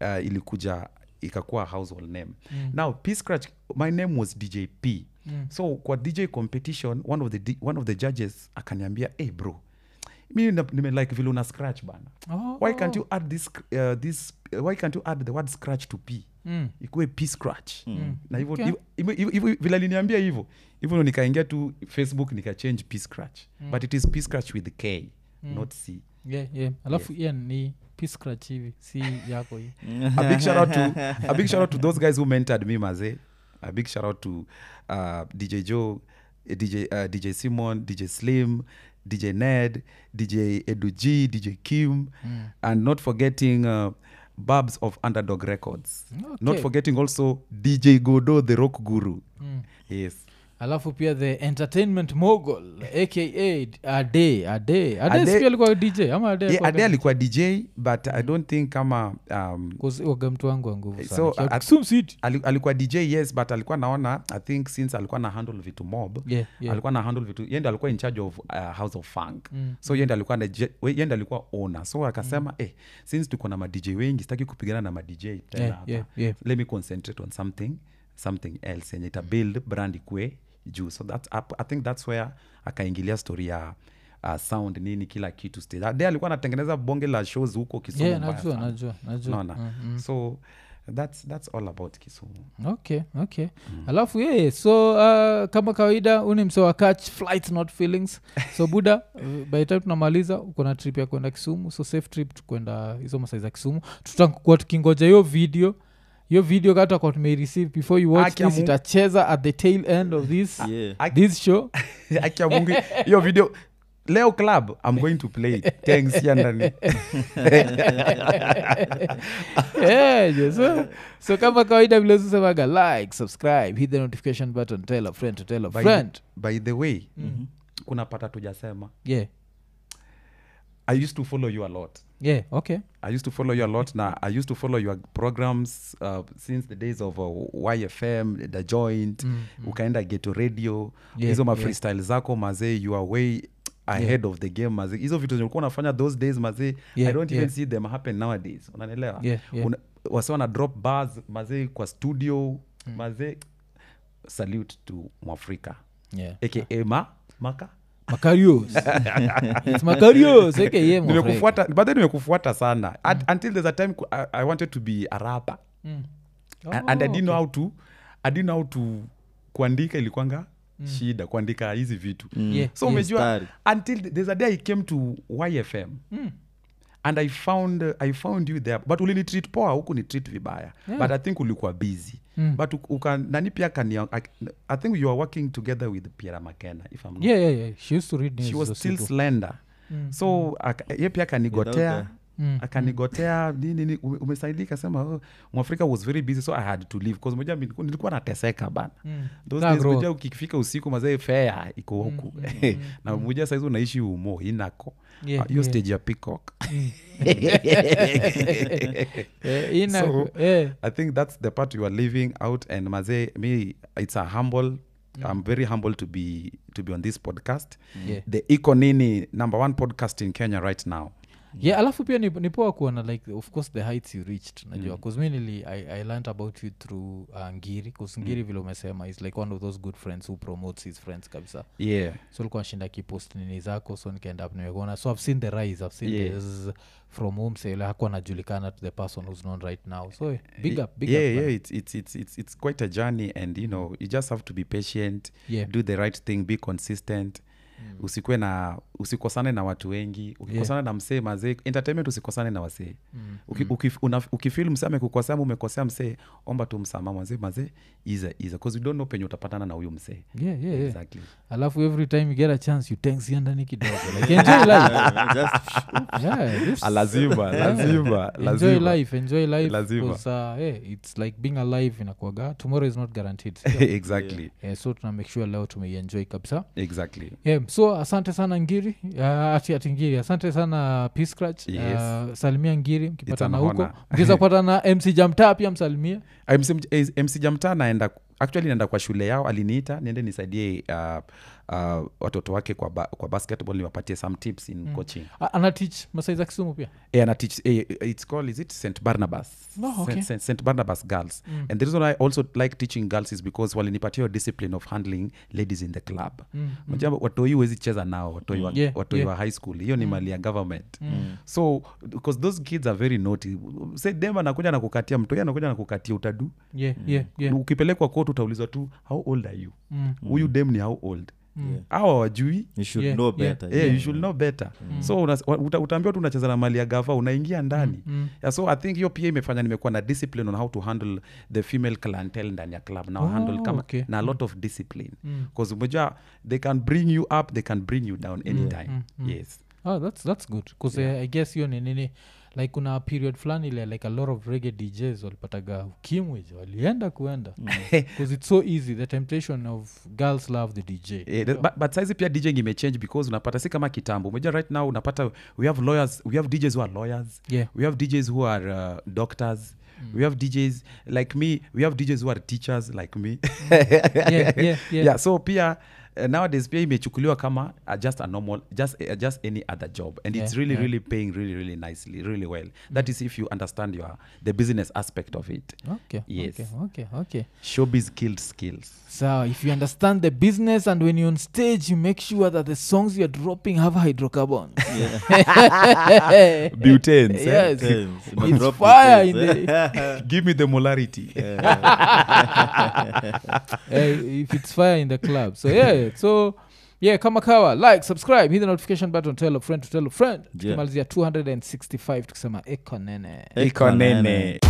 uh, ilikuja ikakuwa household name. Now, P Scratch, my name was DJ P. So kwa DJ competition, one of the, D- one of the judges akaniambia, hey bro, mi na- nime like vile una scratch bana
Oh.
why can't you add this sc- uh, this uh, why can't you add the word scratch to p mm. ikuwe p scratch mm. na hivyo
Hmm. Okay.
hivyo- hivyo- hivyo- hivyo- vile aliniambia hivyo hivyo ndo nikaingia tu facebook nikachange p scratch mm.
Hmm.
but it is p scratch with k mm. not c
yeah yeah alafu yeah. ni Piscratch hivi si yako hii
a big shout out to a big shout out to those guys who mentored me maze a big shout out to uh, dj joe eh, dj uh, dj simon dj slim dj ned dj edu g dj kim
Hmm.
mm. and not forgetting uh, babs of underdog records not
Okay.
forgetting also dj godo the rock guru
Hmm.
mm. yes
alafu pia the entertainment mogol aka ade ade ade
Ade-
sipia alikuwa dj ama ade
yeah,
alikuwa
ade alikuwa dj but i don't think kama um,
Cause waga mtu wangu wa nguvu sana
so,
Kia-
at-
Kisumu City.
ali- alikuwa dj yes but alikuwa naona i think since alikuwa na handle vitu mob
Yeah, yeah.
alikuwa na handle vitu yende alikuwa in charge of uh, house of funk mm. so yende alikuwa na je- we- yende alikuwa owner so akasema mm. eh since tuko na madj wengi sitaki kupigana na madj tena
Yeah,
hapa.
yeah, yeah.
let me concentrate on something something else yenye ita build brand ikue juu so that, i think that's where akaingilia story ya uh, sound nini kila kitu stage Ade alikuwa anatengeneza bonge la shows huko kisumu
Yeah,
mbaya
najua
sana
najua najua
naona so that's, that's all about kisumu
okay okay
Hmm.
alafu yeye so uh, kama kawaida uni mse wa catch flights not feelings so buda uh, by the time tunamaliza uko na trip ya kwenda kisumu so safe trip tu kwenda hizo masai za kisumu tutakuwa tukingoja hiyo video hiyo video kata kwa tumeireceive before you watch
Aki ya
this
Mungu.
itacheza at the tail end of this
Yeah.
Aki-
this show
akia mungu hiyo video leo club i'm going to play it. thanks ya ndani
Eh, je, so, so kama kawaida vile sisemaga like subscribe hit the notification button tell a friend to tell a
By the-
friend
by the way kuna pata tujasema
yeah
i used to follow you a lot
yeah okay
i used to follow you a lot na i used to follow your programs uh, since the days of uh, yfm the joint ukaenda geto radio
Mm, Yeah,
hizo ma
yeah.
freestyle zako mazee you are way ahead of the game mazee hizo vitu zenye ulikuwa unafanya those days mazee
Yeah,
i don't even
yeah.
see them happen nowadays unanielewa
Yeah, yeah.
Una- wase wana drop bars mazee kwa studio
Mm.
mazee salute to mwafrika
yeah
aka ma maka
Macarius. It's Macarius, aka my friend.
nimekufuata but then nimekufuata sana At, until there's a time ku- I, i wanted to be a rapper A- and i didn't know how to i didn't know how to kuandika ilikwanga shida kuandika hizi vitu
Yeah,
so
yeah.
umejua
Mstari.
until th- there's a day i came to yfm and i found i found you there but ulinitreat poa huku ni treat vibaya but i think ulikuwa busy but u- uka, nani pia kania I, i think you are working together with piera makena if i'm not
Yeah, yeah, yeah. She used to read news
she was
those
still
people.
slender so aka- ye pia
Without
akanigotea
the-
Mm.
akanigotea nini nini, ume- umesaidika kasema oh, mwafrika was very busy so i had to leave cause moja nilikuwa nilikuwa nateseka bana
Mm.
those
That
days
growth.
moja ukifika usiku mazee fea iko huku
mm,
na moja saizi unaishi umo inako
Yeah,
Ah, hiyo
yeah. Mm.
stage ya peacock
Eh, ina-
So-
eh,
I think that's the part you are leaving out. And Maze, me, it's a humble. I'm very humble to be to be on this podcast.
Yeah.
The Ikonini number one podcast in Kenya right now.
yeah alafu pia ni, ni poa kuona like of course the heights you reached najua
Mm.
bcause mi nili I, i learned about you through uh, ngiri bcause
Mm.
ngiri vile umesema is like one of those good friends who promotes his friends kabisa
Yeah.
so likuwa nashinda kipost nini zako so nikaenda up nimekuona so i've seen the rise i've seen
Yeah.
the zzz from whom sale hakuwa anajulikana to the person who's known right now so eh, big up big
yeah,
up man.
yeah. It's, it's it's it's it's quite a journey, and you know, you just have to be patient.
Yeah. Mm.
Do the right thing. Be consistent. usikwe na usikosane na watu wengi ukikosana na msee mazee entertainment usikosane na wasee mm. uki, uki, una- ukifeel msee amekukosea ama umekosea msee omba tu msamaha mazee mazee iza iza bcause you don't know penye utapatana na huyu msee
yeah, yeah, yeah.
exactly
alafu every time you get a chance you tanksiia ndani kidogo like enjoy life
just
yeah, this-
lazima lazima
enjoy life enjoy life
Lazima.
'cause, uh, hey, it's like being alive inakuaga tomorrow is not guaranteed
exactly
yeah, so tuna make sure leo tumeienjoy kabisa
exactly
yeah, so asante sana ngiri uh, ati, ati ngiri asante sana pscratch uh,
Yes.
salimia ngiri mkipatana
an
huko
honor.
mkiweza kupatana mc jamtaa pia msalimia
Ah, MC Mj- eh, mc jamtaa naenda actually naenda kwa shule yao aliniita niende nisaidie uh, uh, watoto wake kwa, ba, kwa basketball niwapatie some tips in mm. coaching
A- anatich masai za kisumu pia
yeah, and I teach, eh, it's called is it St Barnabas
No, okay.
St, St, St Barnabas girls mm. and the reason I also like teaching girls is because walinipatia hiyo discipline of handling ladies in the club Unajua watoi huwezi cheza nao watoi wa,
Mm, Yeah,
watoi
yeah. Mm.
wa high school hiyo ni mali ya government so because those kids are very naughty say dem anakuja na kukatia mtoi anakuja na kukatia utadu
yeah, yeah,
Mm.
yeah.
ukipelekwa kot utaulizwa tu how old are you
Mm.
huyu dem ni how old
Yeah.
awa wajui
you should
Yeah,
know
yeah.
better
yeah, you should know better so unas- wa- uta- utaambiwa tu unacheza na mali ya gava unaingia ndani
Mm,
yeah, so i think hiyo pia imefanya nimekuwa na discipline on how to handle the female clientele ndani ya club na handle kama
Oh, okay. Mm.
na a lot of discipline because umejua they can bring you up they can bring you down
Mm.
anytime yes
Ah, that's, that's good bcause i guess hiyo ni nini like kuna period fulani ile like a lot of rege djs walipataga ukimwi jo, walienda kuenda bcause it's so easy the temptation of girls love the dj
Eh, th- but, but saizi pia djing imechange because unapata si kama kitambo umeja right now unapata we have lawyers we have djs who are lawyers
Yeah.
we have djs who are uh, doctors mm. we have djs like me we have djs who are teachers like me
Mm. yeah, yeah, yeah.
yeah, so pia uh, nowadays pia imechukuliwa kama uh, just a normal just, uh, just any other job and
Yeah,
it's really
yeah. Mm.
really paying really really nicely really well that is if you understand your the business aspect of it
okay,
Yes.
okay, okay, okay.
showbiz killed skills
so if you understand the business and when you're on stage you make sure that the songs you're dropping have hydrocarbons
butane
yes
Times. You
It's
drop
fire
details,
in
eh.
eh? give me the molarity
Eh, if it's fire in the club so yeah so yeah kama kawa like subscribe hit the notification button tell a friend to tell a friend
Yeah.
tukimalizia 265 tukisema ekonene
ikonene